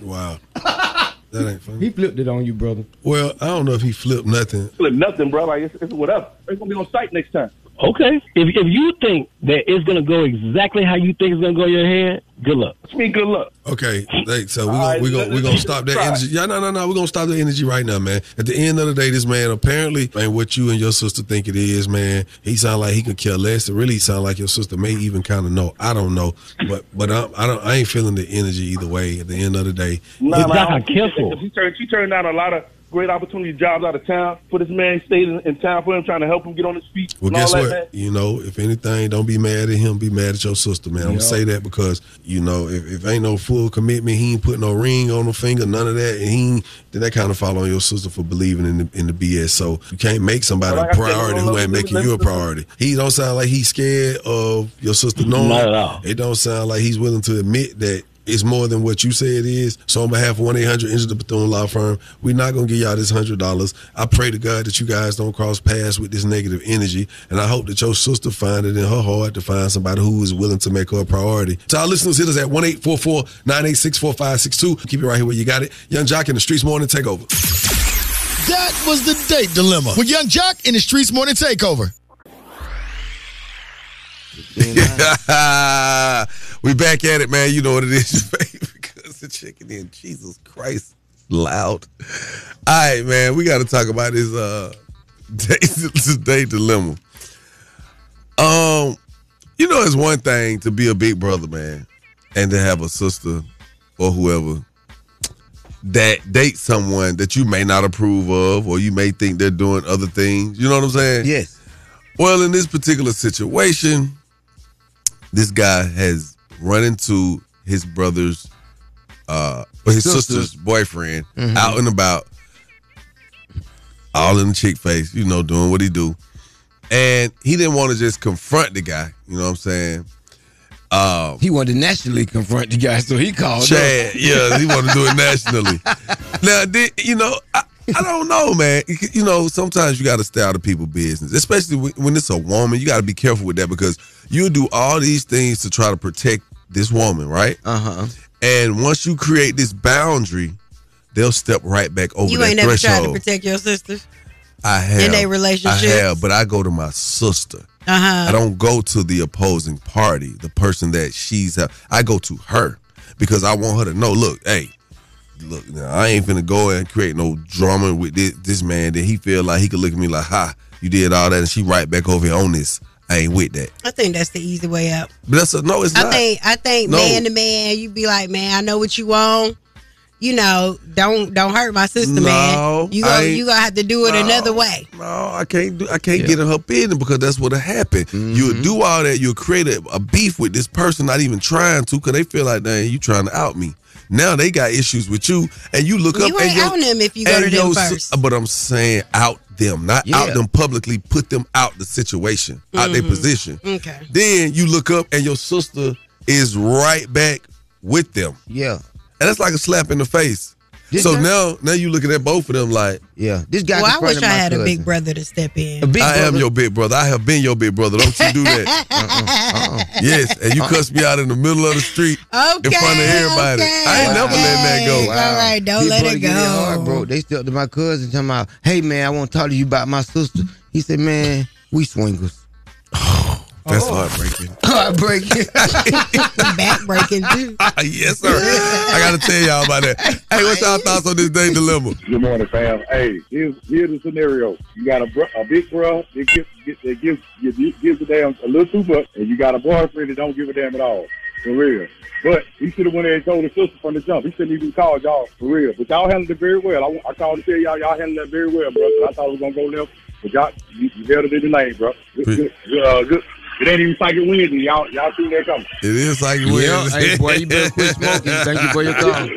S2: Wow. That ain't funny.
S7: He flipped it on you, brother.
S2: Well, I don't know if he flipped nothing.
S21: Flip nothing, bro. Like it's, it's whatever. It's gonna be on site next time.
S22: Okay. If if you think that it's gonna go exactly how you think it's gonna go in your head, good luck.
S21: Speak good luck.
S2: Okay, like, so we're gonna, we're gonna, we're gonna stop that energy. Yeah, no, no, no. We're gonna stop the energy right now, man. At the end of the day, this man apparently ain't what you and your sister think it is, man. He sound like he could care less. It really sound like your sister may even kind of know. I don't know, but but I'm, I don't. I ain't feeling the energy either way. At the end of the day,
S21: Nah,
S2: It-
S21: nah, I don't see that. She turned, she turned down a lot of great opportunity jobs out of town for this man. Stayed in, in town for him, trying to help him get on his feet.
S2: Well,
S21: and
S2: guess
S21: all
S2: what?
S21: that, man.
S2: You know, if anything, don't be mad at him. Be mad at your sister, man. I'm
S21: Yeah.
S2: gonna say that because you know, if, if ain't no full commitment, he ain't put no ring on the finger, none of that, and he ain't- then that kind of fall on your sister for believing in the in the BS. So you can't make somebody
S22: Well, like
S2: a
S22: I said,
S2: priority who
S22: hold
S2: ain't
S22: on,
S2: making
S22: let me-
S2: you a priority. He don't sound like he's scared of your sister knowing.
S22: Not at all.
S2: It don't sound like he's willing to admit that. It's more than what you say it is. So on behalf of one eight hundred Injured Bethune Law Firm, we're not gonna give y'all this hundred dollars. I pray to God that you guys don't cross paths with this negative energy, and I hope that your sister find it in her heart to find somebody who is willing to make her a priority. So our listeners hit us at one 986 4562 Keep it right here where you got it. Young Jock in the streets morning takeover.
S4: That was the date dilemma with Young Jock in the Streets Morning Takeover.
S2: we back at it, man. You know what it is, baby, because the chicken in. Jesus Christ. Loud. All right, man. We gotta talk about this uh day, this day dilemma. Um, you know, it's one thing to be a big brother, man, and to have a sister or whoever that dates someone that you may not approve of, or you may think they're doing other things. You know what I'm saying?
S7: Yes.
S2: Well, in this particular situation, this guy has run into his brother's uh or his
S14: Sister's.
S2: sister's boyfriend
S14: Mhm.
S2: out and about all in the chick face you know doing what he do and he didn't want to just confront the guy you know what i'm saying um,
S7: he wanted to nationally confront the guy, so he called.
S2: Chad,
S7: up.
S2: yeah, he wanted to do it nationally. now, did, you know, I, I don't know, man. You c- You know, sometimes you got to stay out of people's business, especially when, when it's a woman. You got to be careful with that because you'll do all these things to try to protect this woman, right? Uh huh. And once you create this boundary, they'll step right back over
S6: you
S2: that
S6: ain't never tried to
S2: threshold.
S6: protect your sisters.
S2: I have
S6: in they
S2: I
S6: relationships?
S2: have, but I go to my sister.
S6: Uh
S2: I
S6: huh.
S2: don't go to the opposing party, the person that she's. uh, I go to her because I want her to know. Look, hey, look, now, I ain't finna go and create no drama with this, this man that he feel like he could look at me like, ha, you did all that, and she right back over here on this. I ain't with that.
S6: I think that's the easy way out.
S2: But that's a, no, it's
S6: I
S2: not.
S6: think I think
S2: No.
S6: man to man, you be like, man, I know what you want. You know, don't don't hurt my sister,
S2: No,
S6: man. You
S2: I
S6: gonna,
S2: ain't-
S6: you gonna have to do it
S2: No.
S6: another way.
S2: no, I can't do. I can't get in her business because that's what'll happen.
S7: Mm-hmm.
S2: You'll do all that. You'll create a, a beef with this person, not even trying to, because they feel like, dang, you trying to out me. Now they got issues with you, and you look up.
S6: You
S2: and
S6: ain't
S2: your-
S6: on them if you go
S2: and
S6: to them
S2: your
S6: first.
S2: si- But I'm saying out them, not out
S6: Yeah.
S2: them publicly. Put them out the situation, out their
S6: Mhm.
S2: position.
S6: Okay.
S2: Then you look up and your sister is right back with them.
S7: Yeah.
S2: And that's like a slap in the face.
S7: Did
S2: so
S7: that-
S2: now now you looking at both of them like
S7: Yeah. This
S6: Well, I wish I had a big brother to step in.
S2: I am your big brother. I have been your big brother. Don't you do that. Uh-uh. Yes, and you cussed me out in the middle of the street in front of everybody. I ain't never letting that go.
S6: All right, don't
S7: Big
S6: let
S7: brother
S6: it
S7: get in
S6: go.
S7: hard, bro. They stepped to my cousin talking about, hey man, I want to talk to you about my sister. He said, man, we swingers.
S2: That's
S7: Oh.
S2: heartbreaking.
S7: Heartbreaking.
S6: Back breaking too.
S2: Ah, yes, sir. I gotta tell y'all about that. Hey, what's y'all thoughts on this day dilemma?
S8: Good morning, fam. Hey, here's, here's the scenario. You got a, bro, a big bro that gives, get- that gives, gives, gives a damn a little too much, and you got a boyfriend that don't give a damn at all. For real. But he should have went there and told his sister from the jump. He shouldn't even called y'all. For real. But y'all handled it very well. I, wa- I called to tell y'all, y'all handled that very well, bro. 'cause I thought it was going to go left. But y'all, you, you held it in the lane, bro. Good, good, good, uh, good. It ain't even psychic Wednesday. Y'all, y'all seen that coming.
S2: It is like
S8: Yeah, hey, boy,
S7: you better quit smoking. Thank you for your call.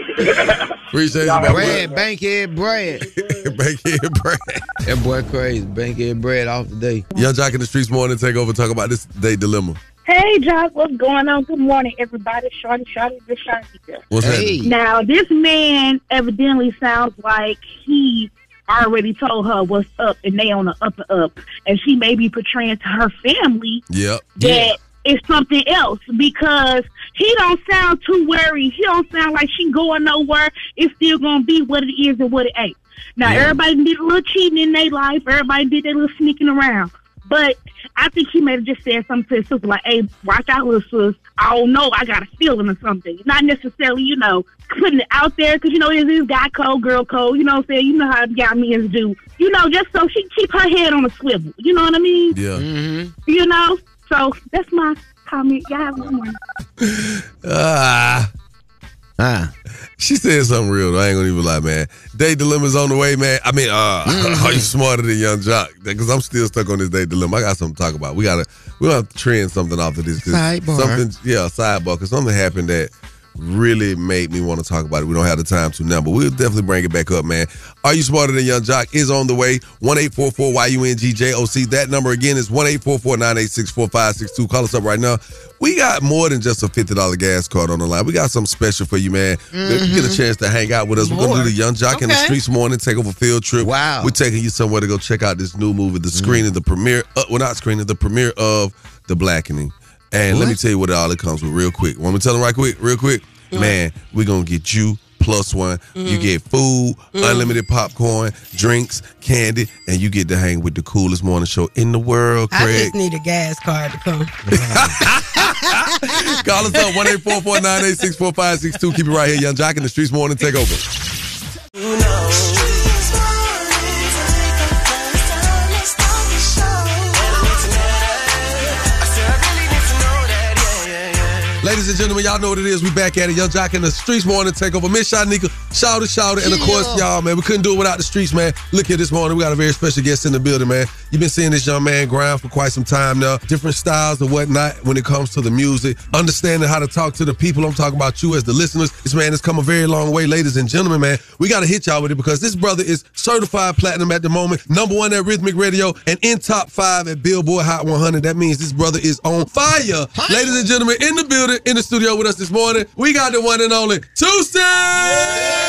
S2: Appreciate you,
S7: Brad, bankhead Brad.
S2: bankhead Brad.
S7: That boy crazy. Bankhead Brad off today.
S2: Young Jock in the streets morning take over. Talk about this day dilemma.
S11: Hey, Jock, what's going on? Good morning, everybody. Shorty, shorty, this shorty. here.
S2: What's Hey. happening?
S11: Now, this man evidently sounds like he already told her what's up, and they on the up and up, and she may be portraying to her family
S2: Yep.
S11: that is something else because he don't sound too worried. He don't sound like she going nowhere. It's still gonna be what it is and what it ain't. Now
S5: Yeah.
S11: everybody did a little cheating in their life. Everybody did their little sneaking around. But I think he may have just said something to his sister like, "Hey, watch out, little sis. I don't know. I got a feeling or something. Not necessarily, you know, putting it out there because you know it is guy code, girl code. You know what I'm saying? You know how guy men do. You know, just so she keep her head on a swivel. You know what I mean?
S2: Yeah. Mm-hmm.
S11: You know, so that's my comment. Y'all have a good morning.
S2: Ah. Ah. She said something real. Though. I ain't gonna even lie, man. Day dilemma's on the way, man. I mean, uh, are you smarter than Young Jock? Because I'm still stuck on this day dilemma. I got something to talk about. We gotta, we gonna have to trend something off of this. 'cause
S9: Sidebar.
S2: Something, yeah, sidebar. Because something happened that really made me want to talk about it. We don't have the time to now, but we'll definitely bring it back up, man. Are you smarter than Young Jock? Is on the way. One eight four four Y U N G J O C. That number again is one eight four four nine eight six four five six two. Call us up right now. We got more than just a fifty dollar gas card on the line. We got something special for you, man. You get a
S9: Mhm.
S2: chance to hang out with us. We're gonna
S9: More.
S2: do the Young Jock in the
S9: Okay.
S2: Streets morning takeover field trip. Wow. We're taking you somewhere to go check out this new movie, the screening,
S9: Mm.
S2: the premiere. Uh, well, not screening, the premiere of The Blackening. And let me tell you what all it comes with real quick. Want me to tell them right quick, real quick? Man, we're gonna get you plus one. You
S9: Mm.
S2: get food,
S9: Mm.
S2: unlimited popcorn, drinks, candy, and you get to hang with the coolest morning show in the world,
S6: I
S2: Craig.
S6: just need a gas card to come.
S2: Call us up, 1-844-986-4562. Keep it right here, Young Jock in the Streets Morning Takeover. Ladies and gentlemen, y'all know what it is. We back at it. Young Jock in the streets morning takeover. Miss Shanika, shout it, shout it. And of course, y'all, man, we couldn't do it without the streets, man. Look here this morning. We got a very special guest in the building, man. You've been seeing this young man grind for quite some time now. Different styles and whatnot when it comes to the music. Understanding how to talk to the people. I'm talking about you as the listeners. This man has come a very long way, ladies and gentlemen, man. We got to hit y'all with it because this brother is certified platinum at the moment, number one at Rhythmic Radio, and in top five at Billboard Hot 100. That means this brother is on fire. Ladies and gentlemen, in the building, in the studio with us this morning, we got the one and only Tuesday.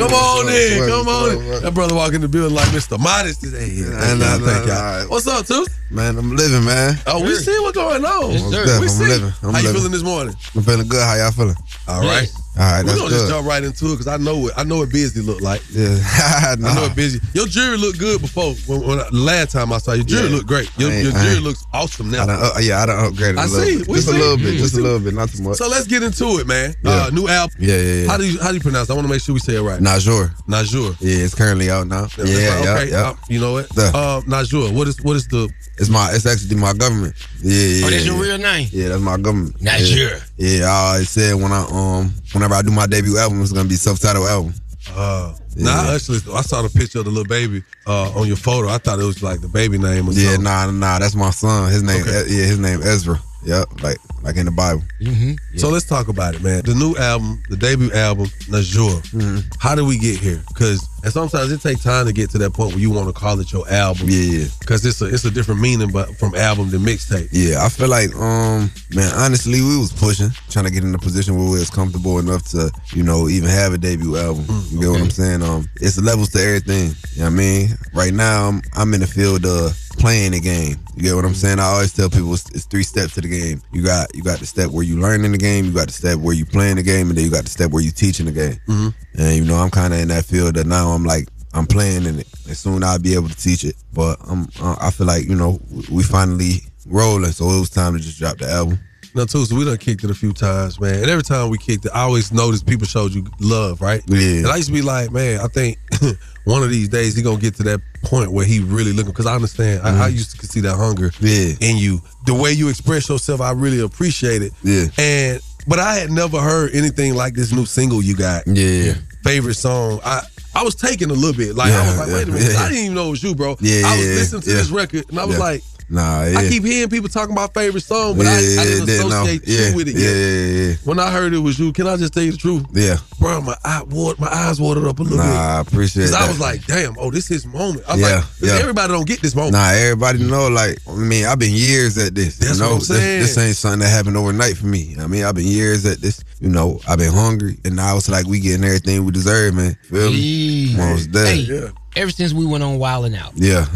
S2: Come on in, come on in. That brother walking the building like Mr. Modest today. Thank
S9: nah,
S2: y'all,
S9: nah,
S2: thank
S9: nah,
S2: y'all. What's up, Tuesday?
S9: Man, I'm living, man.
S2: Oh, we see what's going on.
S9: Yes, sir.
S2: We
S9: I'm
S2: see.
S9: living. I'm
S2: How you
S9: living.
S2: feeling this morning?
S9: I'm feeling good. How y'all feeling?
S2: All right.
S9: All right,
S2: We're
S9: that's
S2: gonna just
S9: good.
S2: jump right into it because I know it. I know what busy look like.
S9: Yeah.
S2: I know it busy. Your jewelry looked good before when, when I- last time I saw you. Your jewelry
S9: Yeah.
S2: looked great. Your,
S9: I ain't-
S2: your
S9: I
S2: jewelry
S9: ain't-
S2: looks awesome now.
S9: I done, uh, yeah, I done upgraded
S2: I
S9: a little
S2: see.
S9: bit.
S2: We
S9: Just
S2: see.
S9: a little bit.
S2: We
S9: Just
S2: see.
S9: a little bit. Not too much.
S2: So let's get into it, man. Uh,
S9: Yeah.
S2: new album.
S9: Yeah, yeah, yeah.
S2: How do you how do you pronounce? It? I want to make sure we say it right.
S9: Najor.
S2: Najor.
S9: Yeah, it's currently out now. Yeah, yeah, yeah.
S2: okay. uh, you know what?
S9: The-
S2: Uh, Najor. What is what is the?
S9: It's my. It's actually my government. Yeah, yeah.
S2: Oh, that's
S9: yeah,
S2: your
S9: yeah.
S2: real name?
S9: Yeah, that's my government.
S2: Not
S9: yeah.
S2: sure.
S9: Yeah, I always said when I um whenever I do my debut album, it's gonna be subtitle album.
S2: Uh, Nah, I actually, I saw the picture of the little baby uh, on your photo. I thought it was like the baby name or
S9: Yeah,
S2: something.
S9: nah, nah, that's my son. His name,
S2: Okay.
S9: eh, yeah, his name Ezra. Yep, like like in the Bible.
S2: Mm-hmm. So let's talk about it, man. The new album, the debut album, Najur.
S9: Mm-hmm.
S2: How did we get here? Because and sometimes it takes time to get to that point where you want to call it your album.
S9: Yeah,
S2: Because it's a it's a different meaning, but from album to mixtape.
S9: Yeah, I feel like, um, man, honestly, we was pushing, trying to get in a position where we was comfortable enough to, you know, even have a debut album. you get what I'm saying? Um, it's levels to everything. You know what I mean? Right now, I'm, I'm in the field of playing the game. You get what I'm saying? I always tell people it's, it's three steps to the game. You got you got the step where you learning the game, you got the step where you playing the game, and then you got the step where you teaching the game.
S2: Mhm.
S9: And you know, I'm kind of in that field that now I'm like I'm playing in it. And soon I'll be able to teach it. But I'm uh, I feel like you know we- we finally rolling, so it was time to just drop the album.
S2: Now, Tuesday, we done kicked it a few times, man. And every time we kicked it, I always noticed people showed you love, right?
S9: Yeah.
S2: And I used to be like, man, I think one of these days he gonna get to that point where he really looking. Because I understand, I, I
S9: Mhm.
S2: used to see that hunger
S9: Yeah.
S2: in you. The way you express yourself, I really appreciate it.
S9: Yeah.
S2: And but I had never heard anything like this new single you got.
S9: Yeah.
S2: Favorite song. I I was taken a little bit. Like I was
S9: Yeah,
S2: like, wait a
S9: yeah,
S2: minute.
S9: yeah.
S2: I didn't even know it was you, bro.
S9: Yeah,
S2: I was
S9: yeah,
S2: listening to
S9: yeah.
S2: this record and I was
S9: Yeah.
S2: like,
S9: Nah, yeah.
S2: I keep hearing people talking about favorite song, but I, I didn't
S9: yeah, no,
S2: associate you
S9: yeah,
S2: with it
S9: yeah,
S2: yet.
S9: yeah, yeah,
S2: When I heard it was you, can I just tell you the truth?
S9: yeah.
S2: Bro, my eye wa- my eyes watered up a little bit.
S9: Nah, I appreciate
S2: 'Cause
S9: that.
S2: I was like, damn, oh, this is moment. I was
S9: Yeah,
S2: like, 'cause
S9: yeah.
S2: everybody don't get this moment.
S9: Nah, everybody know. Like, I mean, I've been years at this.
S2: That's
S9: you know,
S2: what I'm saying.
S9: This, this ain't something that happened overnight for me. I mean, I've been years at this. You know, I've been hungry, and now it's like we getting everything we deserve, man. Feel me? Most
S2: Hey,
S9: day.
S2: yeah.
S7: ever since we went on Wildin' Out.
S9: Yeah.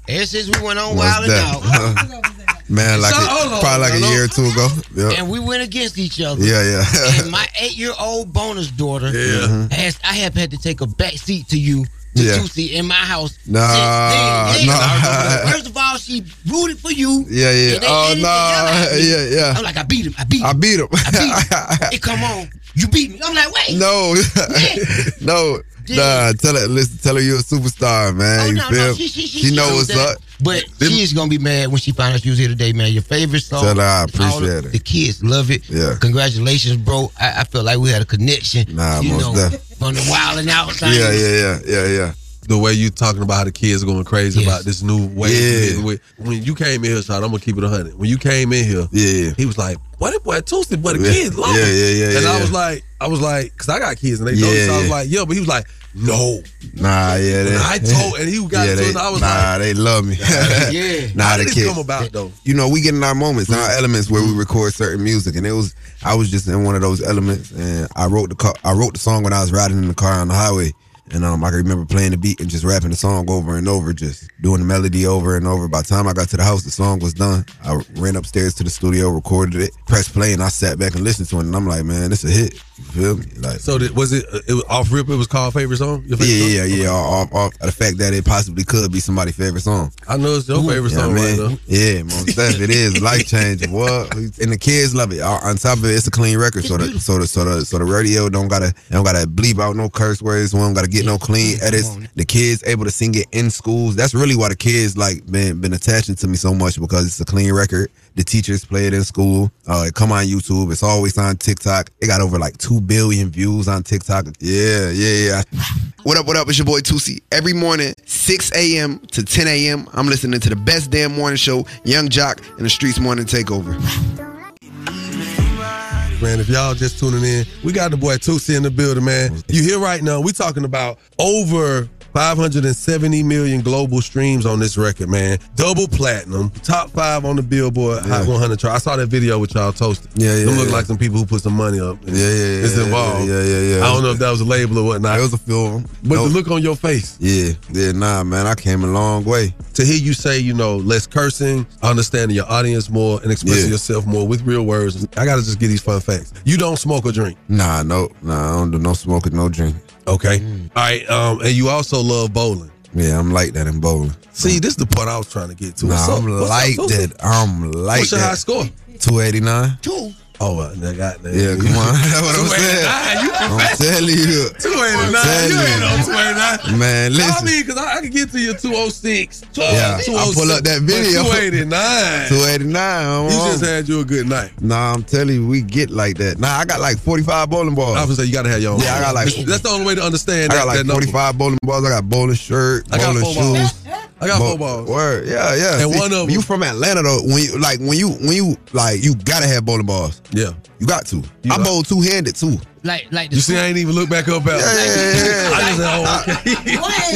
S7: Ever since we went on
S9: Most
S7: Wildin'
S9: definitely.
S7: Out.
S9: Man, like
S7: So,
S9: it-
S7: hold on,
S9: probably like a
S7: hold on.
S9: year or two ago. Yeah.
S7: And we went against each other.
S9: Yeah, yeah.
S7: and my eight-year-old bonus daughter
S9: Yeah. Mhm.
S7: has I have had to take a back seat to you to
S9: Yeah.
S7: two seat in my house.
S9: Nah,
S7: Since then,
S9: nah.
S7: then. First of all, she rooted for you.
S9: Yeah, yeah.
S7: And they
S9: Oh,
S7: ended
S9: nah.
S2: Uh,
S7: together at me.
S9: Yeah, yeah.
S7: I'm like, I beat him. I beat him.
S9: I beat him.
S7: I beat him. hey, come on. You beat me. I'm like, wait.
S9: No, no, nah. Tell her, listen, tell her you're a superstar, man. you
S7: Oh, no, no,
S9: feel?
S7: she- she- she- she
S9: know what's
S7: knows that.
S9: up.
S7: But she's gonna be mad when she finds out you was here today, man. Your favorite song.
S9: Tell her I
S7: all
S9: appreciate
S7: the,
S9: it.
S7: The kids love it. Yeah. Congratulations, bro. I, I felt like we had a connection.
S9: Nah,
S7: you
S9: most
S7: know,
S9: definitely.
S7: from the wild and out. thing.
S2: Yeah, yeah, yeah, yeah, yeah. The way you talking about how the kids going crazy about this new way.
S9: Yeah.
S2: of living with- When you came in here, Sean, I'm gonna keep it hundred. When you came in here,
S9: yeah,
S2: he was like, "What it boy Tuesday, but the
S9: Yeah.
S2: kids love
S9: Yeah,
S2: it."
S9: yeah, yeah,
S2: And I
S9: yeah,
S2: was
S9: yeah.
S2: like, I was like, because I got kids and they know
S9: Yeah,
S2: this. I was
S9: yeah.
S2: like, yeah, but he was like, no.
S9: Nah, yeah. They,
S2: When I told- and he got
S9: yeah,
S2: to
S9: they,
S2: it, and I was
S9: nah,
S2: like-
S9: they love me.
S2: Yeah.
S9: nah,
S2: How
S9: the
S2: did it
S9: kids.
S2: come about, though?
S9: You know, we get in our moments, in our
S2: Mm-hmm.
S9: elements where we record certain music, and it was I was just in one of those elements, and I wrote the car, I wrote the song when I was riding in the car on the highway, and um, I can remember playing the beat and just rapping the song over and over, just doing the melody over and over. By the time I got to the house, the song was done. I ran upstairs to the studio, recorded it, pressed play, and I sat back and listened to it, and I'm like, man, this a hit. You feel me? Like.
S2: So did, was it? It was off rip. It was called favorite song. Your favorite
S9: Yeah,
S2: song?
S9: yeah, yeah. Off, off, the fact that it possibly could be somebody's favorite song.
S2: I know it's your favorite
S9: Yeah,
S2: song
S9: man.
S2: right now.
S9: Yeah, most definitely. it is life changing. What? And the kids love it. Uh, On top of it, it's a clean record, so the so the so the so the radio don't gotta don't gotta bleep out no curse words. We don't gotta get no clean edits. The kids able to sing it in schools. That's really why the kids like been been attaching to me so much because it's a clean record. The teachers play it in school. Uh, it come on YouTube. It's always on TikTok. It got over like two billion views on TikTok. Yeah, yeah, yeah.
S5: What up, what up? It's your boy Tusi. Every morning, 6 a.m. to 10 a.m., I'm listening to the best damn morning show, Young Jock and the Streets Morning Takeover.
S2: Man, if y'all just tuning in, we got the boy Tusi in the building, man. You here right now? We talking about over 570 million global streams on this record, man. Double platinum, top five on the Billboard Hot 100 chart. I saw that video with y'all toasting.
S9: Yeah, yeah,
S2: Them look
S9: yeah.
S2: like some people who put some money up.
S9: Yeah, yeah, yeah.
S2: It's
S9: yeah,
S2: involved.
S9: Yeah, yeah, yeah.
S2: I don't know if that was a label or whatnot.
S9: It was a film.
S2: But
S9: Nope.
S2: the look on your face.
S9: Yeah, yeah, nah, man. I came a long way.
S2: To hear you say, you know, less cursing, understanding your audience more, and expressing
S9: Yeah.
S2: yourself more with real words. I gotta just get these fun facts. You don't smoke or drink.
S9: Nah, no, nah. I don't do no smoking, no drink.
S2: Okay. All right. Um, and you also love bowling.
S9: Yeah, I'm like that in bowling.
S2: See, this is the part I was trying to get to.
S9: Nah,
S2: What's up?
S9: I'm
S2: What's up,
S9: like
S2: Tusi?
S9: that. I'm like
S2: What's your
S9: that.
S2: high score?
S9: Two eighty nine.
S2: Two. Oh, well, they got that.
S9: Yeah, come on. That's what I'm
S2: 289,
S9: saying.
S2: you
S9: I'm
S2: confess.
S9: telling you.
S2: 289. You ain't on 289.
S9: Man,
S2: I
S9: listen.
S2: mean, because I, I can get to your 206.
S9: Yeah, I pull up that video.
S2: 289.
S9: 289.
S2: You just had you a good night.
S9: Nah, I'm telling you, we get like that. Nah, I got like 45 bowling balls.
S2: I was saying you gotta have your own.
S9: Yeah, I got like
S2: That's the only way to understand.
S9: I got
S2: that-
S9: like
S2: that number.
S9: 45 bowling balls. I got bowling shirt,
S2: I got
S9: bowling
S2: four balls.
S9: shoes.
S2: I got
S9: Bo-
S2: four balls.
S9: Word, yeah, yeah.
S2: And
S9: See,
S2: one of
S9: you
S2: them-
S9: from Atlanta though. When you like, when you, when you like, you gotta have bowling balls.
S2: Yeah,
S9: you got to. I bowl two handed too.
S7: Like like the
S2: You see, I ain't even look back up at.
S9: yeah, yeah.
S2: I just said, oh, okay.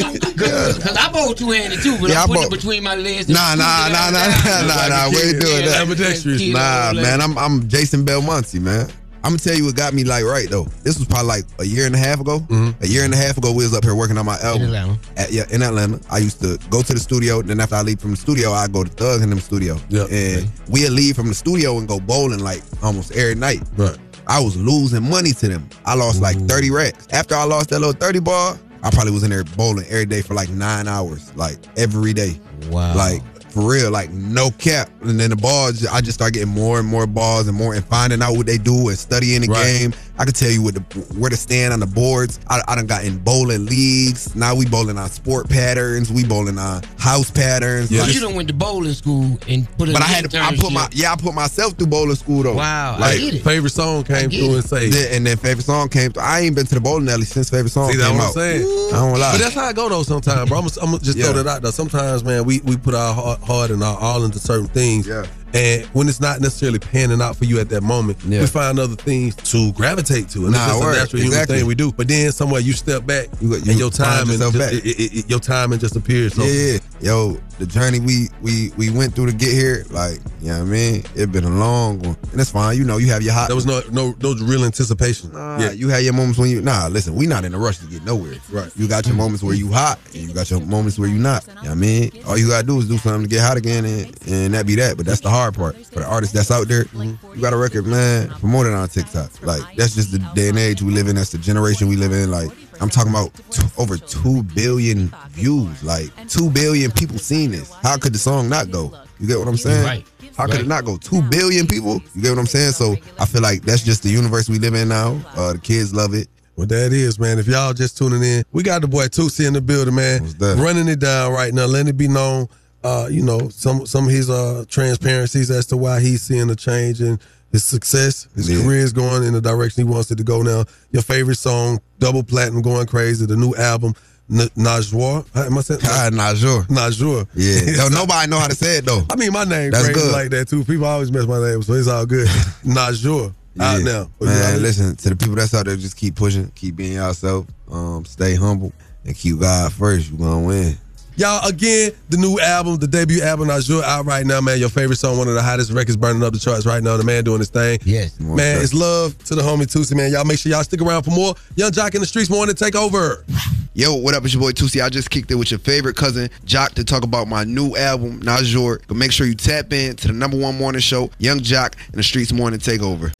S7: Cause I bowled two handed too, but
S9: Yeah, I
S7: I'm putting
S9: bowled-
S7: it between my legs. and
S9: Nah, nah,
S7: scooping it
S9: nah,
S7: out.
S9: nah, nah, nah, nah. We ain't doing that.
S2: Ambidextrous.
S9: Nah, man. I'm I'm Jason Belmonte, man. I'm gonna tell you what got me like right though. This was probably like a year and a half ago. A year and a half ago, we was up here working on my album.
S7: Atlanta.
S9: At- yeah, in Atlanta. I used to go to the studio. and Then after I leave from the studio, I go to Thug in them studio. Yeah. And we'll leave from the studio and go bowling like almost every night.
S2: Right.
S9: I was losing money to them. I lost like 30 racks. After I lost that little 30 ball, I probably was in there bowling every day for like nine hours, like every day.
S7: Wow.
S9: Like for real, like no cap. And then the balls, I just start getting more and more balls and more and finding out what they do and studying the game. I could tell you what the, where to stand on the boards. I, I done got in bowling leagues. Now we bowling on sport patterns. We bowling on house patterns.
S7: So
S9: Like-
S7: you done went to bowling school and put it.
S9: but I had to, I put my yeah I put myself through bowling school though.
S7: Wow, I
S9: like
S7: get it.
S2: favorite song came
S7: get through it.
S2: and say,
S9: Then- and then favorite song came through. I ain't been to the bowling alley since favorite song
S2: See
S9: came
S2: that's what I'm
S9: out.
S2: saying.
S9: I don't lie.
S2: But that's how I go though. Sometimes, bro. I'm gonna just
S9: Yeah.
S2: throw that out there. Sometimes, man, we we put our heart, heart and our all into certain things.
S9: Yeah.
S2: And when it's not necessarily panning out for you at that moment,
S9: Yeah.
S2: we find other things to gravitate to, and
S9: Nah,
S2: it's just
S9: word.
S2: a natural human
S9: Exactly.
S2: thing we do. But then somewhere you step back,
S9: You- you
S2: and your
S9: find
S2: time and
S9: yourself
S2: just,
S9: back.
S2: it- it- it- your timing just appears. So
S9: yeah, yeah, yo, the journey we we we went through to get here, like, you know what I mean? It been a long one. And it's fine, you know, you have your hot
S2: There was no no no real anticipation.
S9: Nah, you had your moments when you nah. Listen, we not in a rush to get nowhere. Right. You got your moments where you hot, and you got your moments where you not. You know what I mean, all you gotta do is do something to get hot again, and, and that be that. But that's the hard part for the artist that's out there. You got a record, man. Promote it on TikTok. Like that's just the day and age we live in. That's the generation we live in. Like I'm talking about t- over two billion views. Like two billion people seen this. How could the song not go? You get what I'm saying?
S1: Right.
S9: How could it not go? Two billion people. You get what I'm saying? So I feel like that's just the universe we live in now. Uh, the kids love it.
S2: Well, that is, man. If y'all just tuning in, we got the boy Tusi in the building, man. Running it down right now, letting it be known, uh, you know, some some of his uh, transparencies as to why he's seeing a change in his success. His career is going in the direction he wants it to go now. Your favorite song, double platinum, going crazy. The new album, N- Najwa. How Am I saying? Ah,
S9: Najwa.
S2: Najwa.
S9: Yeah. Yo, nobody know how to say it though.
S2: I mean, my name
S9: That's
S2: crazy
S9: good.
S2: like that too. People always mess my name, up, so it's all good. Najwa. Out now.
S9: Man, listen to the people that's out there. Just keep pushing, keep being yourself. Um, stay humble and keep God first. You gonna win.
S2: Y'all, again, the new album, the debut album, Najure, out right now, man. Your favorite song, one of the hottest records burning up the charts right now. The man doing his thing.
S7: Yes.
S2: Man, it's love to the homie Tusi, man. Y'all make sure y'all stick around for more. Young Jock in the Streets Morning Takeover.
S5: Yo, what up? It's your boy Tusi. I just kicked it with your favorite cousin Jock to talk about my new album, Najor. But make sure you tap in to the number one morning show, Young Jock and the Streets Morning Takeover.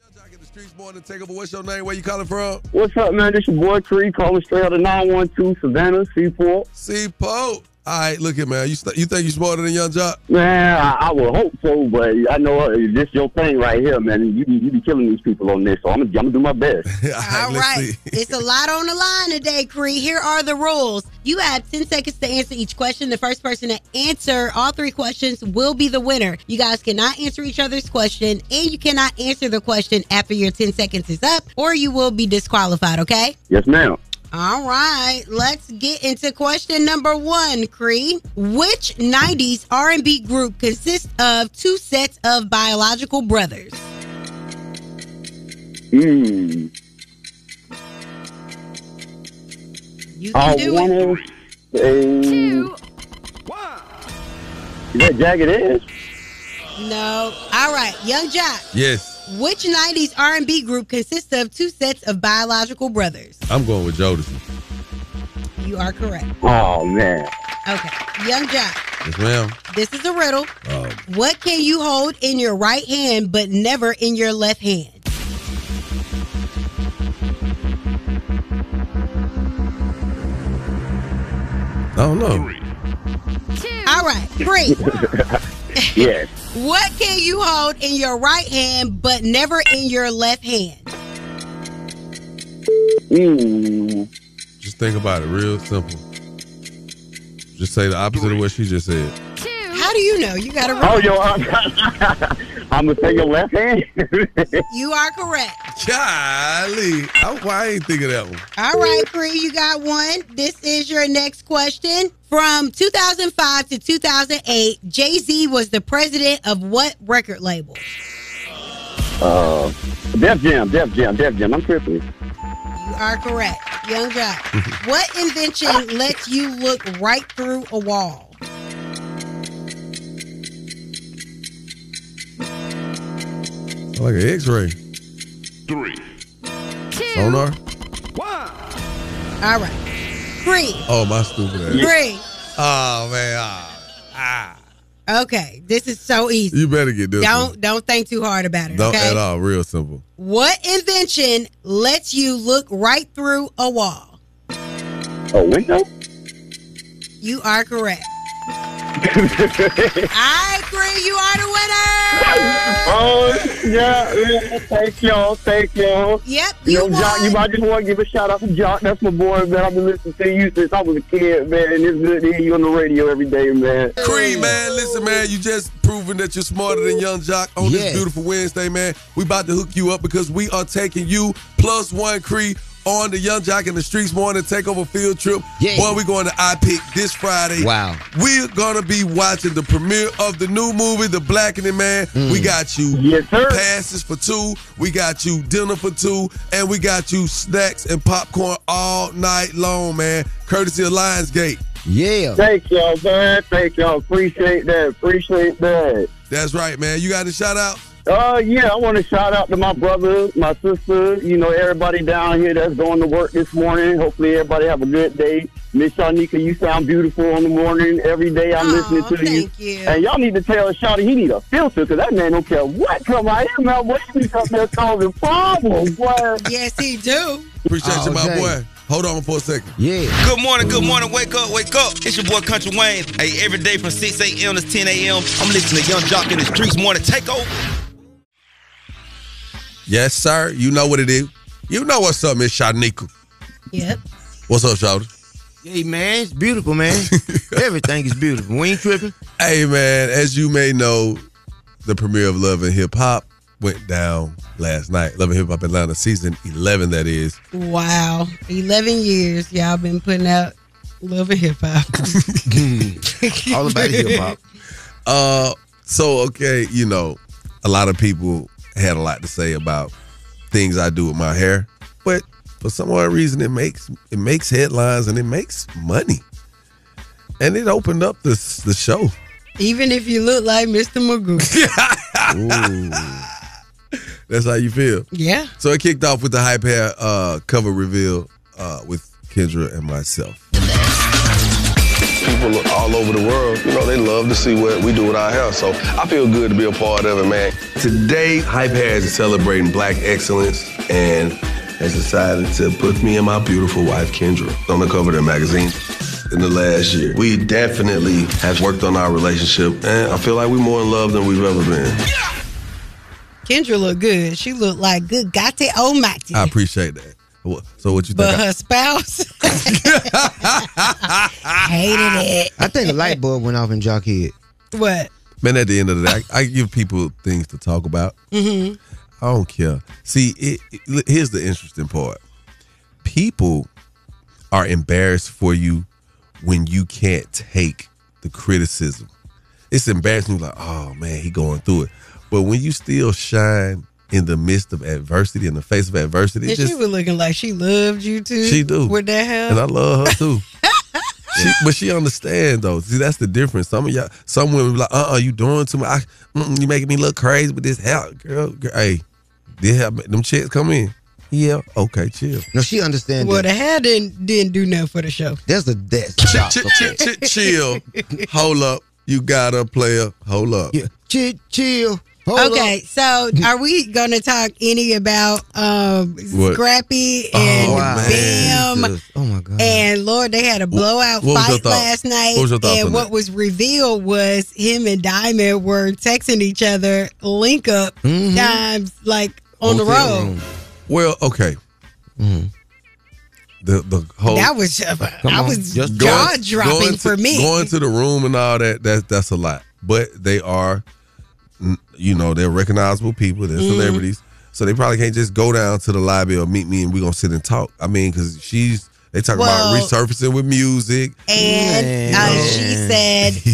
S2: Streets Morning Takeover, what's your name? Where you calling from?
S12: What's up, man? This your boy Tree calling straight out of 912 Savannah, C4.
S2: C4. Oh, all right, look at man. You, st- you think you smarter than Young Jock?
S12: Man, I, I would hope so, but I know uh, this your thing right here, man. You be, you be killing these people on this, so I'm, I'm gonna do my best.
S2: All
S12: right.
S6: It's a lot on the line today, Cree. Here are the rules. You have 10 seconds to answer each question. The first person to answer all three questions will be the winner. You guys cannot answer each other's question, and you cannot answer the question after your 10 seconds is up, or you will be disqualified, okay?
S12: Yes, ma'am.
S6: All right, let's get into question number one, Cree. Which 90s R&B group consists of two sets of biological brothers?
S12: Mm.
S6: You
S12: I
S6: can do it.
S12: wanna say- Is that Jagged Edge?
S6: No. All right, Young Jock.
S2: Yes,
S6: Which 90s R&B group consists of two sets of biological brothers?
S2: I'm going with Jodeci.
S6: You are correct.
S12: Oh, man.
S6: Okay. Young Jock,
S2: Yes, ma'am.
S6: this is a riddle.
S2: Oh.
S6: What can you hold in your right hand but never in your left hand?
S2: I don't know.
S6: All right. Free.
S12: yes.
S6: what can you hold in your right hand but never in your left hand?
S2: Just think about it real simple. Just say the opposite of what she just said.
S6: How do you know? You got to
S12: Oh, yo, I'm, I'm gonna say your left hand.
S6: You are correct.
S2: Golly. I, why I ain't think of that one?
S6: All right, Cree, you got one. This is your next question. From 2005 to 2008, Jay Z was the president of what record label?
S12: uh, Def Jam, Def Jam, Def Jam. I'm tripping.
S6: You are correct. Young Jock. what invention lets you look right through a wall?
S2: I like an X-ray. Three. Sonar.
S6: All right. Cree.
S2: Oh, my stupid ass.
S6: Cree.
S2: Oh man. Ah, ah.
S6: Okay, this is so easy.
S2: You better get this.
S6: Don't
S2: one.
S6: don't think too hard about it,
S2: Don't
S6: okay?
S2: at all. Real simple.
S6: What invention lets you look right through a wall?
S12: A window?
S6: You are correct. I agree. You are the winner.
S12: oh, yeah. yeah, Thank y'all. Thank y'all.
S6: Yep.
S12: You know, Jock, you, I just want to give a shout out to Jock. That's my boy, man. I've been listening to you since I was a kid, man. And it's good to hear you on the radio every day, man.
S2: Creed, man, listen, man, you just proven that you're smarter than Young Jock on this beautiful Wednesday, man. We about to hook you up because we are taking you plus one Creed on the Young Jock in the Streets Morning Takeover Field Trip. Yeah. Boy, we going to iPick this Friday.
S1: Wow.
S2: We're gonna be watching the premiere of the new movie, The Blackening Man.
S7: Hmm.
S2: We got you passes for two. We got you dinner for two, and we got you snacks and popcorn all night long, man. Courtesy of Lionsgate.
S7: Yeah.
S12: Thank y'all, man. Thank y'all. Appreciate that. Appreciate that.
S2: That's right, man. You got a shout out?
S12: Uh, yeah, I want to shout out to my brother, my sister, you know, everybody down here that's going to work this morning. Hopefully, everybody have a good day. Miss Shanika, you sound beautiful in the morning. Every day I'm listening to you. And y'all need to tell Shawty he need a filter because that man don't care what come out his mouth. What he be coming there causing problems, boy.
S6: Yes, he do.
S2: Appreciate you, my
S6: Okay.
S2: boy. Hold on for a second.
S7: Yeah.
S13: Good morning, good morning. Wake up, wake up. It's your boy Country Wayne. Hey, every day from 6 a.m. to 10 a.m. I'm listening to Young Jock in the Streets Morning Takeover.
S2: Yes, sir. You know what it is. You know what's up, Miss Shanika.
S6: Yep.
S2: What's up, Shawty?
S7: Hey man, it's beautiful, man. Everything is beautiful. We ain't tripping.
S2: Hey man, as you may know, the premiere of Love and Hip Hop went down last night. Love and Hip Hop Atlanta season eleven, that is.
S6: Wow. 11 years y'all been putting out love and hip hop.
S2: All
S6: about hip hop.
S2: Uh, so okay, you know, a lot of people had a lot to say about things I do with my hair, but for some odd reason, it makes it makes headlines and it makes money, and it opened up this the show.
S6: Even if you look like Mr. Magoo.
S2: That's how you feel.
S6: yeah.
S2: So it kicked off with the hype hair uh, cover reveal uh, with Kendra and myself.
S15: People all over the world, you know, they love to see what we do with our hair. So I feel good to be a part of it, man.
S9: Today, Hype Hair is celebrating black excellence and has decided to put me and my beautiful wife, Kendra, on the cover of the magazine.
S15: In the last year, we definitely have worked on our relationship, and I feel like we're more in love than we've ever been.
S6: Kendra look good. She look like good gotte oh matty.
S2: I appreciate that. Wha- So what you
S6: But
S2: think?
S6: her spouse hated it.
S7: I think a light bulb went off in Jock head.
S6: What?
S2: Man, at the end of the day, I, I give people things to talk about.
S6: Mm-hmm.
S2: I don't care. See, it, it- here's the interesting part. People are embarrassed for you when you can't take the criticism. It's embarrassing. Like, oh man, he going through it. But when you still shine in the midst of adversity, in the face of adversity,
S6: And
S2: it just
S6: she was looking like she loved you too.
S2: She do.
S6: With that
S2: And I
S6: hair.
S2: love her too. she, but she understand though. See, that's the difference. Some of y'all, some women be like, uh, uh you doing too much. I, mm, you making me look crazy with this hair, girl. girl hey, this hair, them chicks come in. Yeah, okay, chill.
S7: No, she understand.
S6: Well, the hair didn't didn't do nothing for the show.
S7: That's a death.
S2: Chill, hold up. You got a player. Hold up. Yeah.
S7: Chill, chill.
S6: okay, so are we gonna talk any about um
S2: What?
S6: Scrappy
S2: Oh,
S6: and
S2: wow.
S6: Bam?
S2: Jesus.
S7: Oh my god.
S6: And Lord, they had a blowout
S2: what was your
S6: fight
S2: thought?
S6: last night.
S2: What was your thoughts on
S6: and what
S2: that?
S6: was revealed was him and Diamond were texting each other link up
S7: Mm-hmm.
S2: Mhm.
S6: times like on the road.
S2: Well, okay. The the whole
S6: That was uh,
S2: Come
S6: I
S2: on.
S6: was
S2: Just
S6: jaw
S2: going- going
S6: dropping
S2: to-
S6: for me.
S2: Going to the room and all that, that that's a lot. But they are, n- you know, they're recognizable people, they're
S23: Mhm.
S6: Mm-hmm.
S2: celebrities. So they probably can't just go down to the lobby or meet me and we're going to sit and talk. I mean, because she's, they talk
S6: Well-
S2: about resurfacing with music.
S6: And uh, she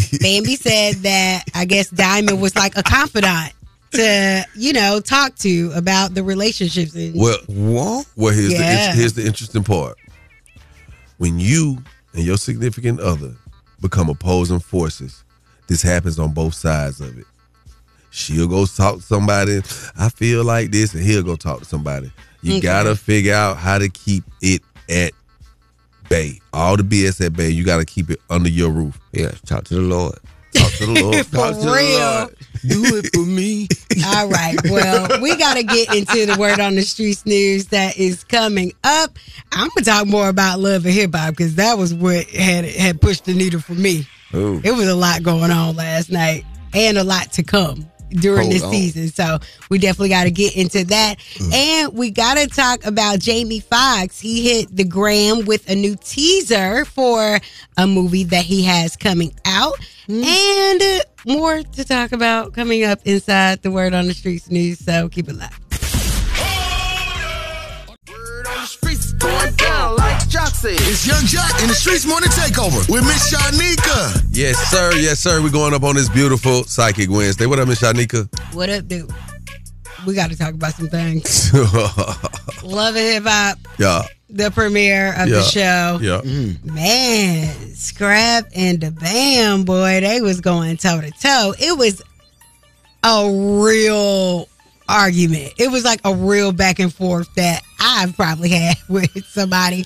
S6: said, Bambi said that I guess Diamond was like a confidant to, you know, talk to about the relationships. And
S2: Well, what? Well, here's,
S6: Yeah.
S2: the, here's the interesting part. When you and your significant other become opposing forces, this happens on both sides of it. She'll go talk to somebody. I feel like this, and he'll go talk to somebody. You
S23: Okay.
S2: gotta figure out how to keep it at bay. All the BS at bay. You gotta keep it under your roof.
S7: Yeah, talk to the Lord.
S2: Talk to the Lord.
S6: For
S2: talk to
S6: real.
S2: the Lord.
S7: Do it for me.
S6: All right. Well, we got to get into the word on the streets news that is coming up. I'm going to talk more about love and hip hop because that was what had had pushed the needle for me.
S1: Ooh.
S6: It was a lot going on last night and a lot to come during
S1: Hold
S6: this
S1: on. Mm.
S6: season. So we definitely got to get into that. And we got to talk about Jamie Foxx. He hit the gram with a new teaser for a movie that he has coming out. And uh, more to talk about coming up inside the Word on the Streets news. So keep it live.
S1: Going down like Jock said.
S4: It's Young Jock in the Streets Morning Takeover with Miss Shanika.
S2: Yes, sir. Yes, sir. We're going up on this beautiful Psychic Wednesday. What up, Miss Shanika?
S6: What up, dude? We got to talk about some things. Love and hip hop.
S2: yeah.
S6: the premiere of the show. Man, Scrap and the Bam, boy, they was going toe to toe. It was a real argument. It was like a real back and forth that I've probably had with somebody.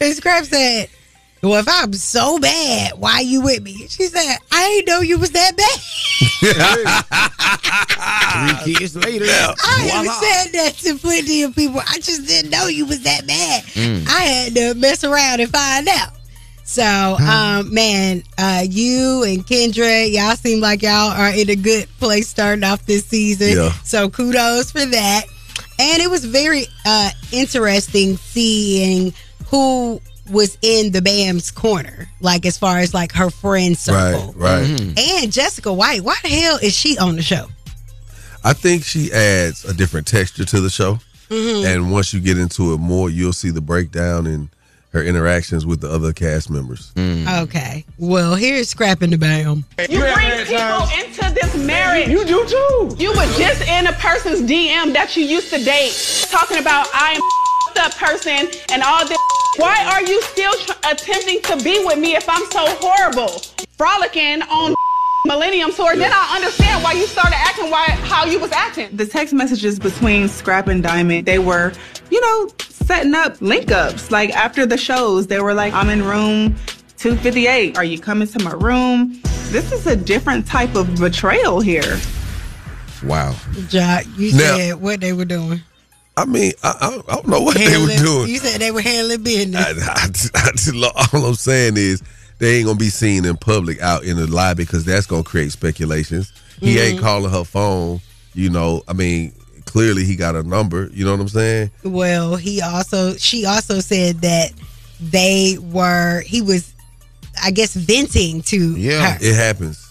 S6: And Scrap said, Well, if I'm so bad, why you with me? She said, I didn't know you was that bad.
S1: Three kids later.
S6: I have
S1: voila.
S6: said that to plenty of people. I just didn't know you was that bad.
S1: Mm.
S6: I had to mess around and find out. So, um, man, uh, you and Kendra, y'all seem like y'all are in a good place starting off this season.
S20: Yeah.
S6: So kudos for that. And it was very uh, interesting seeing who was in the BAM's corner, like as far as like her friend circle.
S2: right.
S6: And Jessica White, why the hell is she on the show?
S2: I think she adds a different texture to the show.
S6: Mhm.
S2: And once you get into it more, you'll see the breakdown and her interactions with the other cast members.
S6: Mm. Okay. Well, here's scrapping the bam.
S23: You bring people into this marriage.
S6: You
S23: do too. You were just in a person's DM that you used to date, talking about I am the person and all this. Why are you still tr- attempting to be with me if I'm so horrible? Frolicking on Millennium Tour, then I understand why you started acting why how you was acting. The text messages between Scrap and Diamond, they were, you know, setting up link ups. Like after the shows, they were like, I'm in room 258. Are you coming to my room? This is a different type of betrayal here.
S6: Mm.
S2: Wow.
S6: Jock, you
S2: Now-
S6: said what they were doing.
S2: I mean, I, I, I don't know what they were
S6: Handling-
S2: doing.
S6: You said they were handling business.
S2: I, I, I just lo- all I'm saying is they ain't gonna be seen in public out in the lobby because that's gonna create speculations. He ain't
S6: Mhm.
S2: calling her phone. You know, I mean, clearly he got a number. You know what I'm saying?
S6: well, he also she also said that they were he was I guess venting to her.
S2: it happens.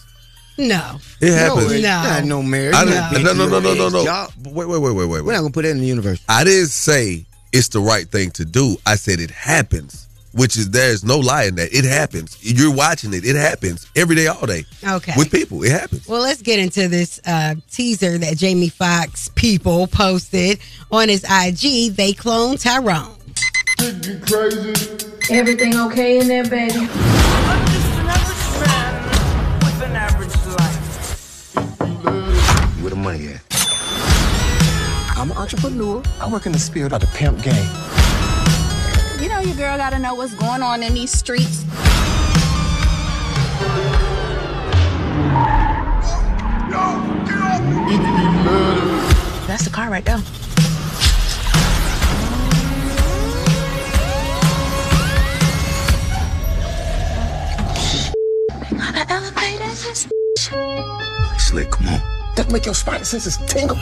S6: No.
S2: It happens.
S6: No.
S1: no marriage.
S2: I
S1: You
S2: didn't-
S1: been
S2: no,
S1: to
S2: no, no, no,
S1: your
S2: no,
S1: ex,
S2: no.
S1: y'all.
S2: But Wait, wait, wait, wait, wait.
S1: We're not gonna put that in the universe.
S2: I didn't say it's the right thing to do. I said it happens, which is there's no lie in that. It happens. You're watching it. It happens every day, all day.
S6: Okay.
S2: With people, it happens.
S6: Well, let's get into this uh, teaser that Jamie Foxx people posted on his IG. They cloned Tyrone.
S20: You crazy? Everything okay in there, baby?
S4: Where the money at? I'm an entrepreneur. I work in the spirit of the pimp game.
S11: You know, your girl gotta know what's going on in these streets. That's the car right there.
S4: Slick, come on. That make your spider senses tingle.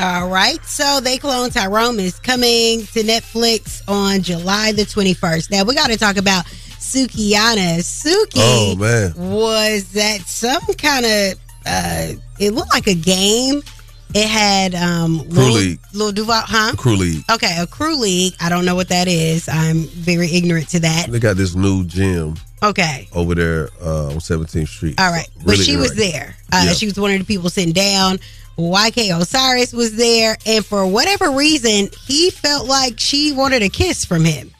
S6: All right. So they clone Tyrone is coming to Netflix on July the 21st. Now we got to talk about Sukiana. Suki
S2: Oh, man.
S6: was at some kind of uh it looked like a game. It had um
S2: Crew
S6: Lil-
S2: League.
S6: Lil Duval, huh?
S2: Crew League.
S6: Okay, a crew league. I don't know what that is. I'm very ignorant to that.
S2: They got this new gym
S6: Okay.
S2: over there uh, on 17th Street.
S6: All right. but
S2: Really
S6: she was
S2: interactive.
S6: there. Uh,
S2: Yeah.
S6: She was one of the people sitting down. YK Osiris was there. And for whatever reason, he felt like she wanted a kiss from him.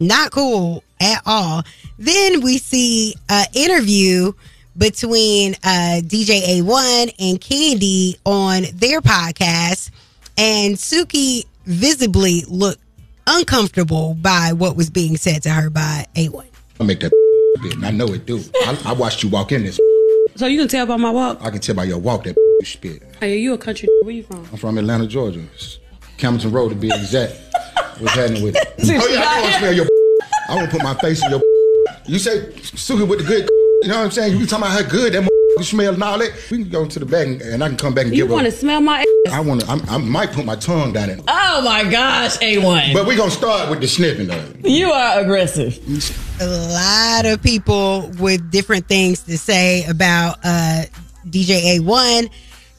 S6: Not cool at all. Then we see an interview between uh, DJ A1 and Candy on their podcast. And Suki visibly looked uncomfortable by what was being said to her by A1.
S24: I make that bit, and I know it do. I, I watched you walk in this. So you can tell by my walk. I can tell by your walk that you spit. Hey, you a country? Where you from? I'm from Atlanta, Georgia. It's Camden Road to be exact. What's happening with it? Since oh you yeah, got I want here. to smell your. I want to put my face in your. You say Suki with the good. You know what I'm saying? You talking about how good that you smell and all that. We can go to the back and, and I can come back and You get. want to smell my? I want to. I might put my tongue down it. Oh my gosh, A1. But we gonna start with the sniffing though. You are aggressive.
S6: a lot of people with different things to say about uh, DJ A1.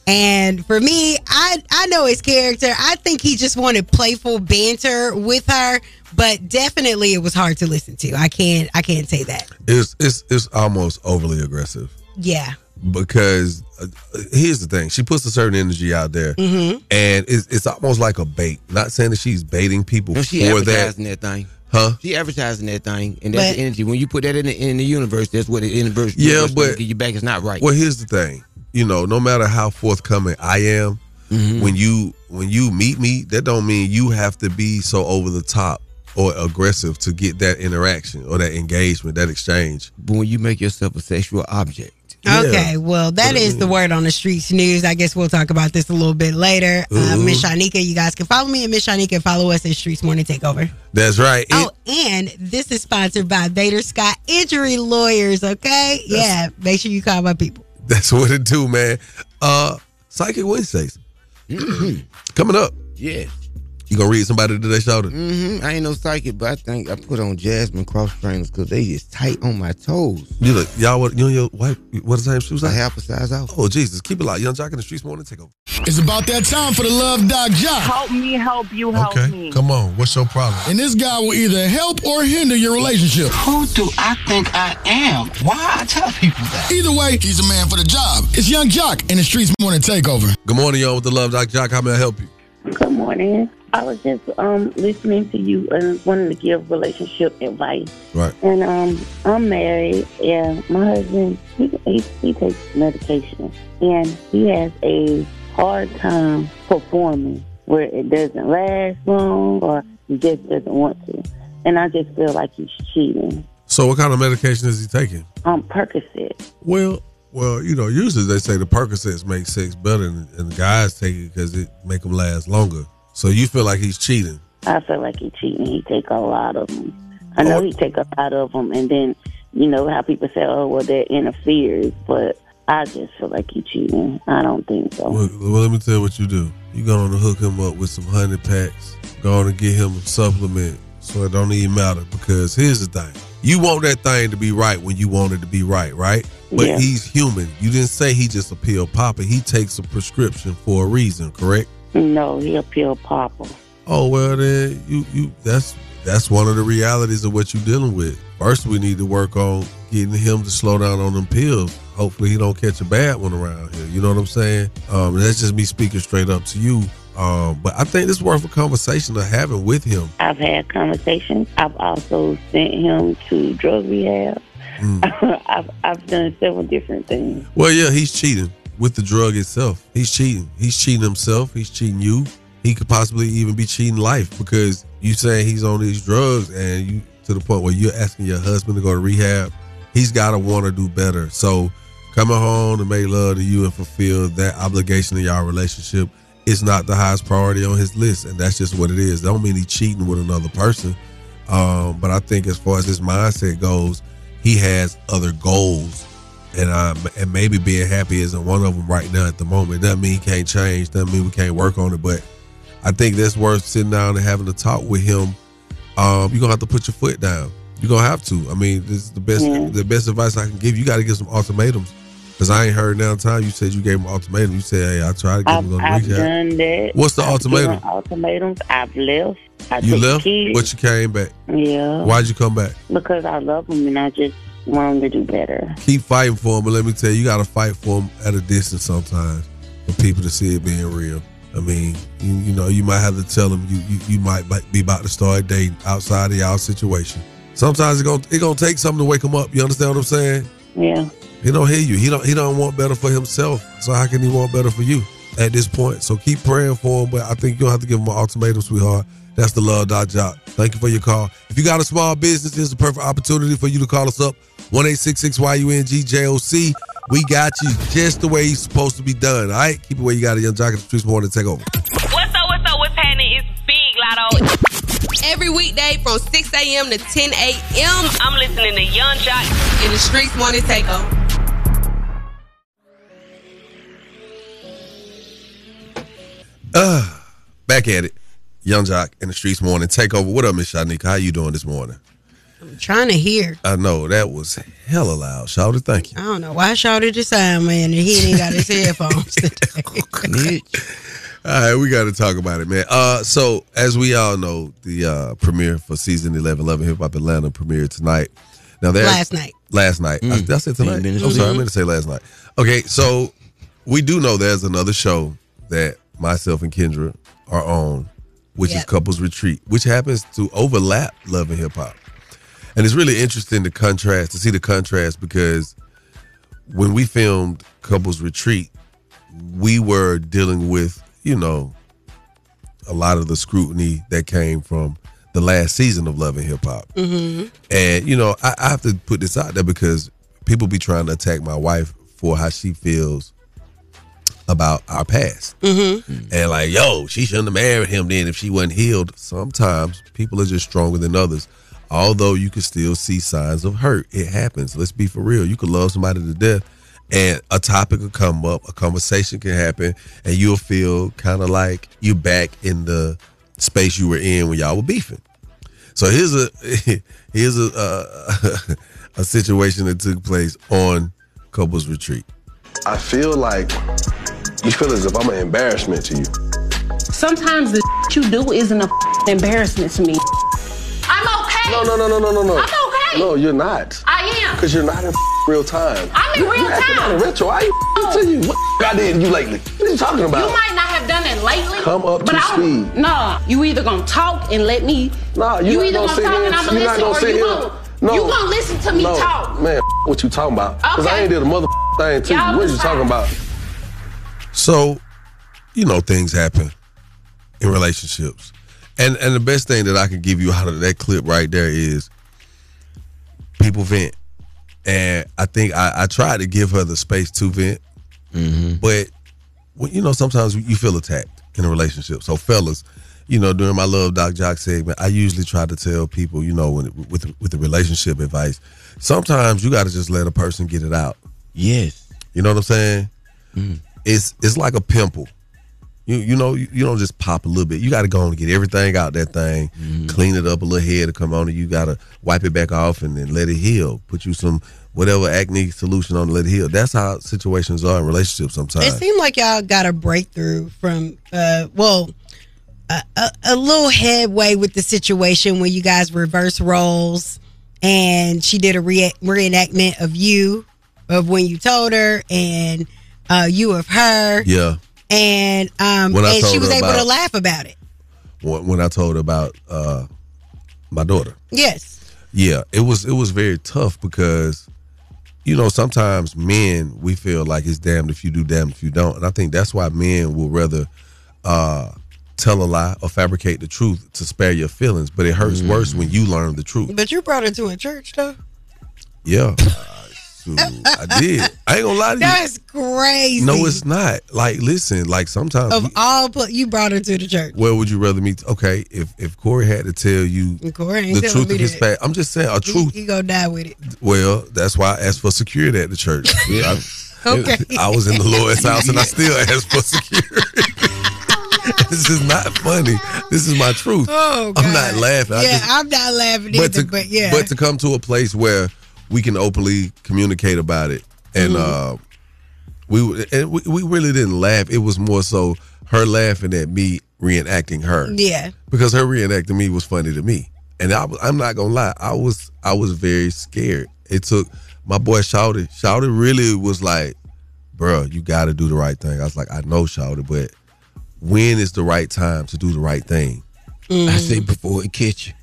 S6: And for me, I, I know his character. I think he just wanted playful banter with her, but definitely it was hard to listen to. I can't I can't say that.
S2: It's it's it's almost overly aggressive.
S6: Yeah.
S2: because uh, uh, here's the thing she puts a certain energy out there
S3: Mm-hmm.
S25: Mhm.
S2: and it's, it's almost like a bait not saying that she's baiting people
S3: No, she
S2: for that
S3: advertising that. thing.
S2: huh
S3: She advertising that thing, and that's
S2: But-
S3: the energy. When you put that in the, in the universe, that's what the universe.
S2: yeah
S3: universe
S2: but
S3: gonna give you back. It's not right.
S2: well here's the thing you know no matter how forthcoming i am
S3: Mm-hmm.
S2: when you when you meet me that don't mean you have to be so over the top or aggressive to get that interaction or that engagement that exchange
S3: but when you make yourself a sexual object
S6: Okay, well, that is the word on the streets news. I guess we'll talk about this a little bit later. Uh,
S2: Mhm.
S6: Miss Shanika, you guys can follow me and Miss Shanika. Follow us at Streets Morning Takeover.
S2: that's right It-
S6: Oh, and this is sponsored by Vader Scott Injury Lawyers. Okay, yeah, make sure you call my people.
S2: That's what it do, man. Uh Psychic Wednesdays.
S3: Mm-hmm.
S2: Coming up.
S3: Yeah.
S2: You gonna read somebody today, shouted.
S3: Mm-hmm. I ain't no psychic, but I think I put on Jasmine cross trainers because they is tight on my toes.
S2: You look, y'all what you know your wife what the same shoes? I
S3: half a size out.
S2: Oh Jesus, keep it locked. Young Jock in the streets morning take over.
S4: It's about that time for the Love Doc Jock.
S26: Help me, help you, help me.
S2: Come on, what's your problem?
S4: And this guy will either help or hinder your relationship. Who do I think I am? Why I tell people that? Either way, he's a man for the job. It's Young Jock and the Streets Morning Takeover.
S2: Good morning, y'all with the love, Doc Jock. How may I help you?
S26: Good morning. I was just um listening to you and wanting to give relationship advice.
S2: Right.
S26: And um, I'm married, and my husband he he, he takes medication, and he has a hard time performing where it doesn't last long, or he just doesn't want to. And I just feel like he's cheating.
S2: So what kind of medication is he taking?
S26: Um, Percocet.
S2: Well, well, you know, usually they say the Percocets make sex better, and, and the guys take it because it make them last longer. So you feel like he's cheating?
S26: I feel like he cheating. He take a lot of them. I know he take a lot of them, and then you know how people say, "Oh, well, that interferes," but I just feel like he cheating. I don't think so.
S2: Well, well, let me tell you what you do. You gonna hook him up with some honey packs. Go on and get him a supplement, so it don't even matter. Because here's the thing: you want that thing to be right when you want it to be right, right? But
S26: Yeah.
S2: he's human. You didn't say he just a pill popper. He takes a prescription for a reason, correct?
S26: No, he a pill popper.
S2: Oh well, then you you that's that's one of the realities of what you're dealing with. First, we need to work on getting him to slow down on them pills. Hopefully, he don't catch a bad one around here. You know what I'm saying? Um, that's just me speaking straight up to you. Um, but I think it's worth a conversation to having with him.
S26: I've had conversations. I've also sent him to drug rehab.
S2: Hmm.
S26: I've I've done several different things.
S2: Well, yeah, he's cheating with the drug itself. He's cheating. He's cheating himself. He's cheating you. He could possibly even be cheating life because you saying he's on these drugs and you to the point where you're asking your husband to go to rehab. He's got to want to do better. So coming home to make love to you and fulfill that obligation in y'all relationship is not the highest priority on his list, and that's just what it is. Don't mean he's cheating with another person, um, but I think as far as his mindset goes, he has other goals and um, and maybe being happy isn't one of them right now at the moment. Doesn't mean he can't change. Doesn't mean we can't work on it. But I think that's worth sitting down and having a talk with him. Um, you're gonna have to put your foot down. You're gonna have to. I mean, this is the best
S26: Yeah.
S2: the best advice I can give you. You got to give some ultimatums because I ain't heard now time you said you gave him ultimatum. You said, hey, I tried to give him
S26: I've,
S2: going
S26: I've
S2: reach out.
S26: done that.
S2: What's the
S26: I've
S2: ultimatum?
S26: given Ultimatums. I've left. I
S2: You
S26: took
S2: left,
S26: kids.
S2: but you came back.
S26: Yeah.
S2: Why'd you come back?
S26: Because I love him and I just want him to do better.
S2: keep fighting for them, but let me tell you, you gotta fight for them at a distance sometimes for people to see it being real. I mean, you, you know, you might have to tell them you, you you might might be about to start dating outside of y'all situation. Sometimes it gonna it gonna take something to wake him up. You understand what I'm saying?
S26: Yeah.
S2: He don't hear you. He don't he don't want better for himself. So how can he want better for you at this point? So keep praying for him, but I think you'll have to give him an ultimatum, sweetheart. That's the love dot job. Thank you for your call. If you got a small business, here's the perfect opportunity for you to call us up. one eight six six YUNGJOC. We got you just the way you're supposed to be done. All right? Keep it where you got it, young jock in the streets morning take over.
S17: What's up, what's up, what's happening? It's Big Lotto. Every weekday from 6 a.m. to 10 a.m. I'm listening to Young Jock in the Streets Morning Takeover.
S2: Uh, back at it. Young Jock in the streets morning take over. What up, Miss Shanika? How you doing this morning?
S6: I'm trying to hear.
S2: I know that was hella loud. Shouted, thank you.
S6: I don't know why Shawty just signed man and he ain't got his headphones.
S2: All right, we got to talk about it, man. Uh, so as we all know, the uh, premiere for season 11, 11 Hip Hop Atlanta premiere tonight. Now there's
S6: Last night.
S2: last night. I, did I say tonight?
S9: minutes
S2: I'm sorry, I
S9: ago.
S2: meant to say last night. Okay, so we do know there's another show that myself and Kendra are on, which is Couples Retreat, which happens to overlap Love and Hip Hop. And it's really interesting to contrast, to see the contrast because when we filmed Couples Retreat, we were dealing with, you know, a lot of the scrutiny that came from the last season of Love and Hip Hop.
S1: Mm-hmm.
S2: And you know, I, I have to put this out there because people be trying to attack my wife for how she feels about our past.
S1: Mm-hmm.
S2: Mm. And like, yo, she shouldn't have married him then if she wasn't healed. Sometimes people are just stronger than others. Although you can still see signs of hurt. It happens. Let's be for real. You could love somebody to death and a topic will come up, a conversation can happen, and you'll feel kind of like you're back in the space you were in when y'all were beefing. So here's a here's a uh, a situation that took place on couples retreat.
S15: I feel like you feel as if I'm an embarrassment to you.
S18: Sometimes the you do isn't a embarrassment to me. I'm okay.
S15: No, no, no, no, no, no, no.
S18: I'm okay.
S15: No, you're not.
S18: I am.
S15: Cause you're not in real time.
S18: I'm in
S15: You-
S18: real
S15: you acting
S18: time.
S15: out of retro. I ain't to you. What I did to you lately? What are you talking about?
S18: You might not have done it lately.
S15: Come up
S18: but
S15: to
S18: I don't-
S15: speed.
S18: Nah, you either gonna talk and let me.
S15: Nah,
S18: you
S15: you're
S18: either
S15: not
S18: gonna
S15: gonna sit
S18: talk
S15: here and-
S18: and I'ma
S15: you're not
S18: listen,
S15: gonna
S18: or
S15: sit
S18: you
S15: here-
S18: gonna
S15: No.
S18: you gonna listen to me
S15: no,
S18: talk.
S15: Man, what you talking about? Because I
S18: Okay.
S15: ain't did a mother thing to you.
S18: Y'all
S15: What are you
S18: decide.
S15: talking about?
S2: So, you know, things happen in relationships. And and the best thing that I can give you out of that clip right there is people vent. And I think I, I tried to give her the space to vent. But well, you know, sometimes you feel attacked in a relationship. So, fellas, you know, during my love doc jock segment, I usually try to tell people, you know, when, with with the relationship advice, sometimes you got to just let a person get it out. Yes, you know what I'm saying. It's it's like a pimple. You you know you, you don't just pop a little bit. You got to go on and get everything out that thing, clean it up a little hair to come on, and you got to wipe it back off and then let it heal. Put you some whatever acne solution on to let it heal. That's how situations are in relationships sometimes.
S6: It seemed like y'all got a breakthrough from, uh, well, a, a, a little headway with the situation when you guys reverse roles, and she did a re- reenactment of you, of when you told her, and uh, you of her,
S2: yeah.
S6: and um,
S2: When I
S6: and she
S2: told
S6: was
S2: her
S6: able to
S2: about-
S6: laugh about it.
S2: when, when I told her about uh, my daughter.
S6: Yes,
S2: Yeah, it was it was very tough because you know sometimes men we feel like it's damned if you do, damned if you don't, and I think that's why men will rather uh, tell a lie or fabricate the truth to spare your feelings. But it hurts worse when you learn the truth.
S6: but you brought her to a church though.
S2: Yeah, I, shoot, I did. I ain't gonna lie to you.
S6: That's crazy.
S2: no, it's uh, not. Like, listen. Like sometimes.
S6: of all, pla- you brought her to the church.
S2: where would you rather meet? Okay, if if Corey had to tell you
S6: And Corey ain't
S2: the
S6: telling
S2: truth
S6: me
S2: of his
S6: that.
S2: past, I'm just saying a
S6: He-
S2: truth
S6: He, gonna die with it.
S2: Well, that's why I asked for security at the church. I,
S6: Okay.
S2: I was in the Lord's house and I still asked for security. this is not funny. This is my truth.
S6: Oh,
S2: I'm not laughing. I
S6: yeah,
S2: just-
S6: I'm not laughing either.
S2: but
S6: But,
S2: to,
S6: yeah,
S2: but to come to a place where we can openly communicate about it, and
S6: Mm-hmm.
S2: uh, we and we, we really didn't laugh. It was more so her laughing at me reenacting her
S6: yeah.
S2: because her reenacting me was funny to me, and I, was- I'm not gonna lie, I was I was very scared. It took my boy shouted shouted really was like, bro, you got to do the right thing. I was like, I know shouted, but when is the right time to do the right thing? Mm.
S3: Mm-hmm.
S6: I
S7: say before it catch you,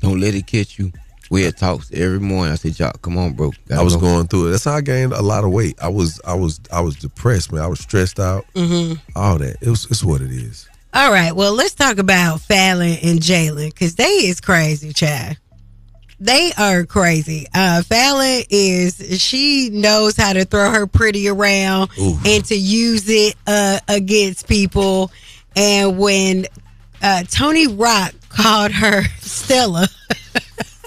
S7: don't let it catch you. We had talks every morning. I said, Jock, come on, bro.
S2: I was going through it. That's how I gained a lot of weight. I was I was I was depressed, man. I was stressed out.
S6: hmm
S2: All that. It was it's what it is.
S6: All right. Well, let's talk about Fallon and Jalen because they is crazy, child. They are crazy. Uh, Fallon is she knows how to throw her pretty around
S1: Ooh.
S6: and to use it uh, against people. And when uh, Tony Rock called her Stella,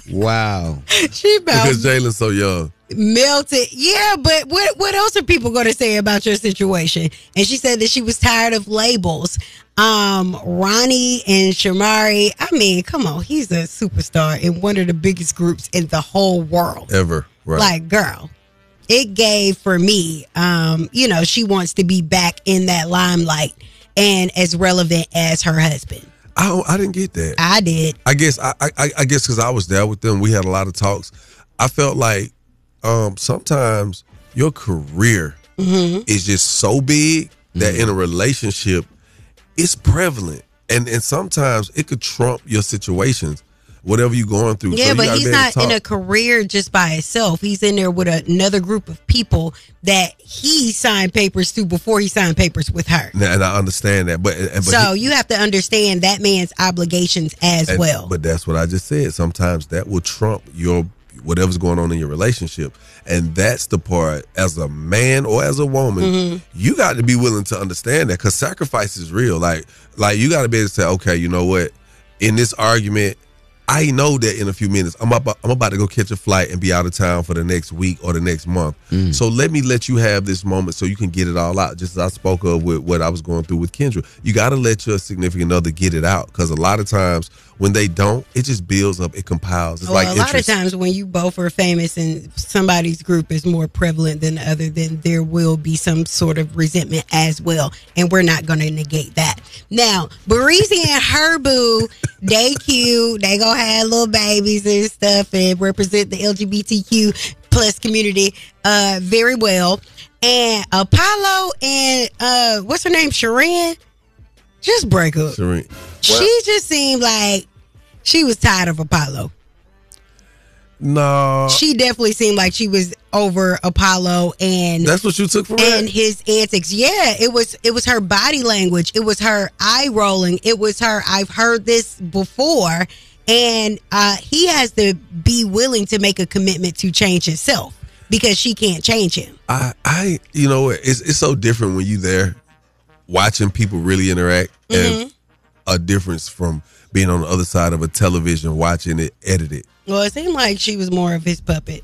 S2: Wow.
S6: she about
S2: because Jalen's so young.
S6: melted. Yeah, but what what else are people going to say about your situation? And she said that she was tired of labels. Um, Ronnie and Shamari. I mean, come on, he's a superstar in one of the biggest groups in the whole world.
S2: Ever. Right.
S6: Like, girl, it gave for me. Um, you know, she wants to be back in that limelight and as relevant as her husband.
S2: I don't- Oh, I didn't get that.
S6: I did.
S2: I guess I I, I guess because I was there with them, we had a lot of talks. I felt like um, sometimes your career
S6: Mm-hmm.
S2: is just so big that in a relationship, it's prevalent, and and sometimes it could trump your situations, whatever you're going through. So
S6: Yeah,
S2: you
S6: but
S2: gotta
S6: he's
S2: be able to
S6: not in
S2: talk.
S6: a career just by itself. He's in there with another group of people that he signed papers to before he signed papers with her.
S2: Now, and I understand that, but, eh, but
S6: so
S2: he-
S6: you have to understand that man's obligations as
S2: And-
S6: well.
S2: But that's what I just said. Sometimes that will trump your whatever's going on in your relationship, and that's the part as a man or as a woman,
S6: Mm-hmm.
S19: Mhm.
S2: you got to be willing to understand that because sacrifice is real. Like, like you got to be able to say, okay, you know what? In this argument, I know that in a few minutes, I'm about, I'm about to go catch a flight and be out of town for the next week or the next month. So let me let you have this moment so you can get it all out. Just as I spoke of with what I was going through with Kendra, you got to let your significant other get it out because a lot of times when they don't, it just builds up, it compiles. It's
S6: well,
S2: like
S6: Oh, a lot of
S2: interest.
S6: times when you both are famous and somebody's group is more prevalent than the other, then there will be some sort of resentment as well. And we're not going to negate that. Now, Breezy and her boo, they cute. They go have little babies and stuff and represent the LGBTQ plus community uh, very well. And Apollo and uh, what's her name? Sharon? Just break up.
S2: Serene.
S6: She just seemed like she was tired of Apollo.
S2: No,
S6: she definitely seemed like she was over Apollo and
S2: That's what you took from
S6: and
S2: it?
S6: his antics. Yeah, it was it was her body language. It was her eye rolling. It was her I've heard this before and uh he has to be willing to make a commitment to change himself because she can't change him.
S2: I, I, you know, what, it's it's so different when you there watching people really interact,
S6: Mm-hmm.
S2: and a difference from being on the other side of a television watching it edited.
S6: Well, it seemed like she was more of his puppet.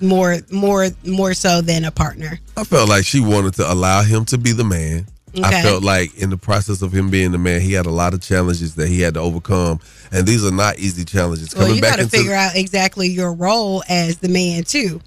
S6: More more more so than a partner.
S2: I felt like she wanted to allow him to be the man.
S6: Okay.
S2: I felt like in the process of him being the man, he had a lot of challenges that he had to overcome, and these are not easy challenges.
S6: Well, you got to figure out exactly your role as the man too,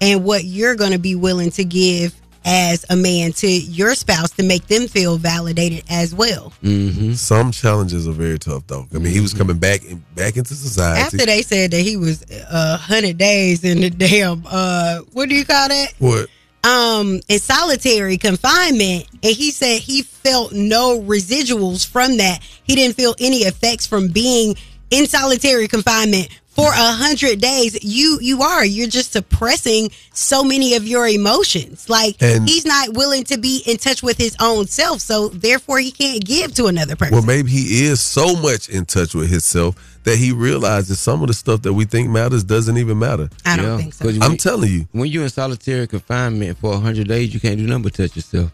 S6: and what you're going to be willing to give as a man to your spouse to make them feel validated as well.
S19: Mm-hmm.
S2: Some challenges are very tough, though. I mean, he was coming back in, back into society
S6: Mm-hmm. After they said that he was a hundred days in the damn uh, what do you call that?
S2: What?
S6: Um, in solitary confinement, and he said he felt no residuals from that. He didn't feel any effects from being in solitary confinement for a hundred days. You you are you're just suppressing so many of your emotions. Like
S2: And-
S6: he's not willing to be in touch with his own self, so therefore he can't give to another person.
S2: Well, maybe he is so much in touch with himself that he realizes some of the stuff that we think matters doesn't even matter.
S6: I
S2: don't think so. I'm telling you.
S19: When you're in solitary confinement for 100 days, you can't do nothing but touch yourself.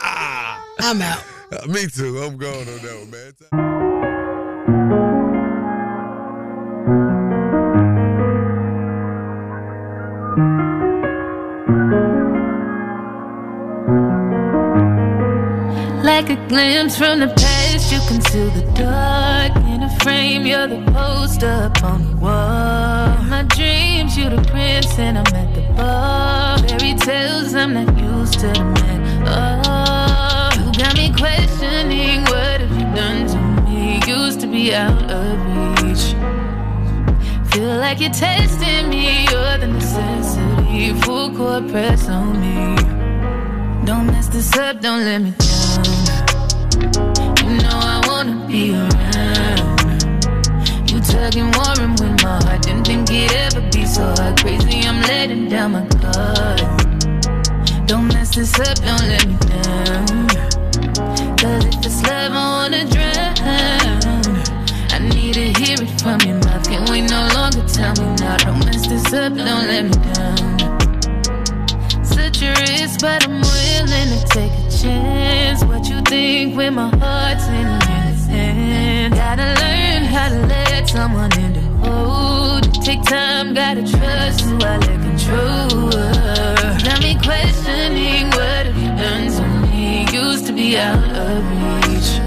S6: I'm out.
S2: Me too. I'm going on that one, man.
S20: Like a glimpse from the past, you conceal the dark in a frame. You're the poster up on the wall. My dreams, you the prince, and I'm at the bar. Fairy tales, I'm not used to the man. Oh, you got me questioning what have you done to me? Used to be out of reach. Feel like you're testing me. You're the necessity. Full court press on me. Don't mess this up, don't let me down. You know I wanna be around. You tugging, warring with my heart. Didn't think it'd ever be so hard. Crazy, I'm letting down my guard. Don't mess this up, don't let me down. Cause if it's love, I wanna drown. I need to hear it from your mouth. Can't wait no longer. Tell me now. Don't mess this up, don't let me down. Such a risk, but I'm willing to take a chance. What you think when my heart's in your hand? Gotta learn how to let someone in the hold. It Take time, gotta trust who I let control. her. Got me questioning what have you done to me? Used to be out of reach.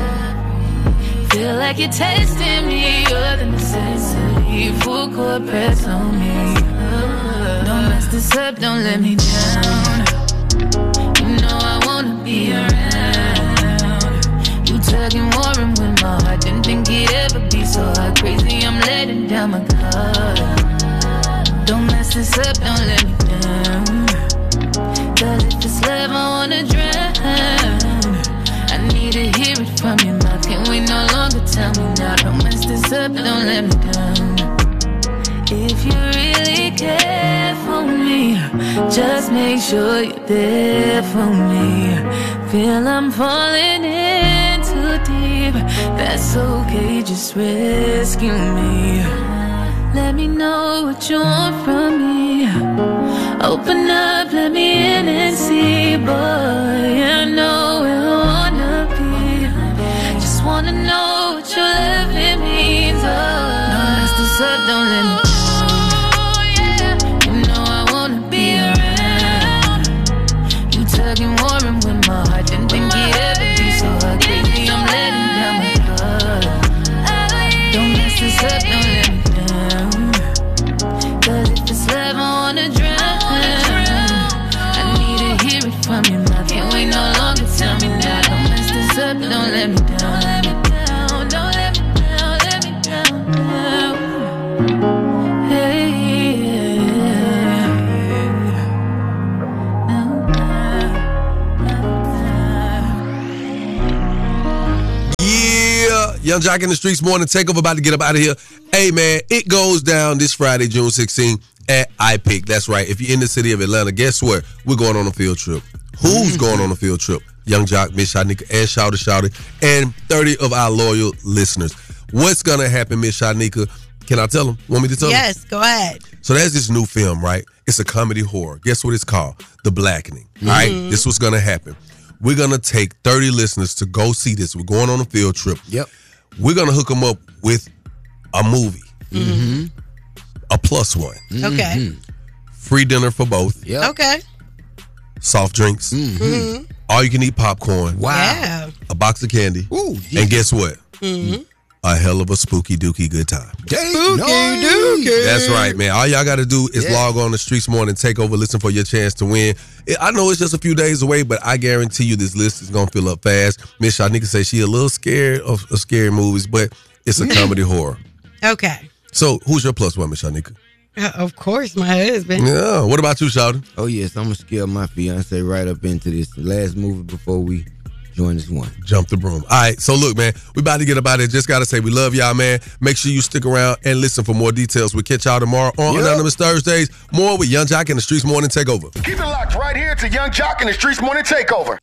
S20: Feel like you're testing me, you're the necessity. Full court press on me. Don't mess this up, don't let me down. You know I wanna be around. You tugging, warring with my heart. Didn't think it'd ever be so hard. Crazy, I'm letting down my guard. Don't mess this up, don't let me down. Girl, if it's love, I wanna drown. I need to hear it from your mouth. Can we no longer tell me now? Don't mess this up, don't let me down. If you really care for me, just make sure you're there for me. Feel I'm falling in too deep. That's okay, just rescue me. Let me know what you want from me. Open up, let me in and see, boy. I know where I wanna be. Just wanna know what your loving means. Oh, don't mess this up, don't let me. down. Oh, You know I wanna be around. You tugging, warring with my heart. Didn't think it ever be so hard. Baby, I'm letting down my guard. Don't mess this up, don't let me down. Cause if it's love, I wanna drown. I need to hear it from your mouth. Can't wait no longer. Tell me now. Don't mess this up, don't let me down. Let me down, don't let me down, let me down. down. Hey,
S2: Yeah, Young Jock in the streets morning takeover. About to get up out of here. Hey man, it goes down this Friday, June 16th at IPIC. That's right. If you're in the city of Atlanta, guess what? We're going on a field trip. Who's going on a field trip? Young Jock, Miss Shanika, and Shouter Shouter, and 30 of our loyal listeners. What's gonna happen, Miss Shanika? Can I tell them? Want me to tell them?
S6: Yes, go ahead.
S2: So there's this new film, right? It's a comedy horror. Guess what it's called? The Blackening. All right.
S6: Mhm.
S2: This was gonna happen. We're gonna take 30 listeners to go see this. We're going on a field trip. Yep. We're gonna hook them up with a movie, mm-hmm. a plus one.
S6: Okay.
S2: Free dinner for both.
S6: Okay.
S2: Soft drinks. Mm-hmm.
S6: Mhm.
S2: All you can eat popcorn.
S6: Yeah.
S2: A box of candy. Ooh. And guess what?
S6: Mm-hmm.
S2: A hell of a spooky dookie good time.
S6: Spooky dookie.
S2: That's right, man. All y'all got to do is log on the streets morning, take over, listen for your chance to win. It- I know it's just a few days away, but I guarantee you this list is gonna fill up fast. Miss Shanika says she a little scared of, of scary movies, but it's a comedy horror.
S6: Okay.
S2: So who's your plus one, Miss Shanika?
S6: Uh, Of course, my husband.
S2: What about you, Shouty?
S19: Oh yes, I'm gonna scare my fiance right up into this last movie before we join this one.
S2: Jump the broom. All right, so look, man, we about to get about it. Just gotta say we love y'all, man. Make sure you stick around and listen for more details. We'll catch y'all tomorrow on Anonymous Thursdays. More with Young Jock and the Streets Morning Takeover.
S4: Keep it locked right here to Young Jock and the Streets Morning Takeover.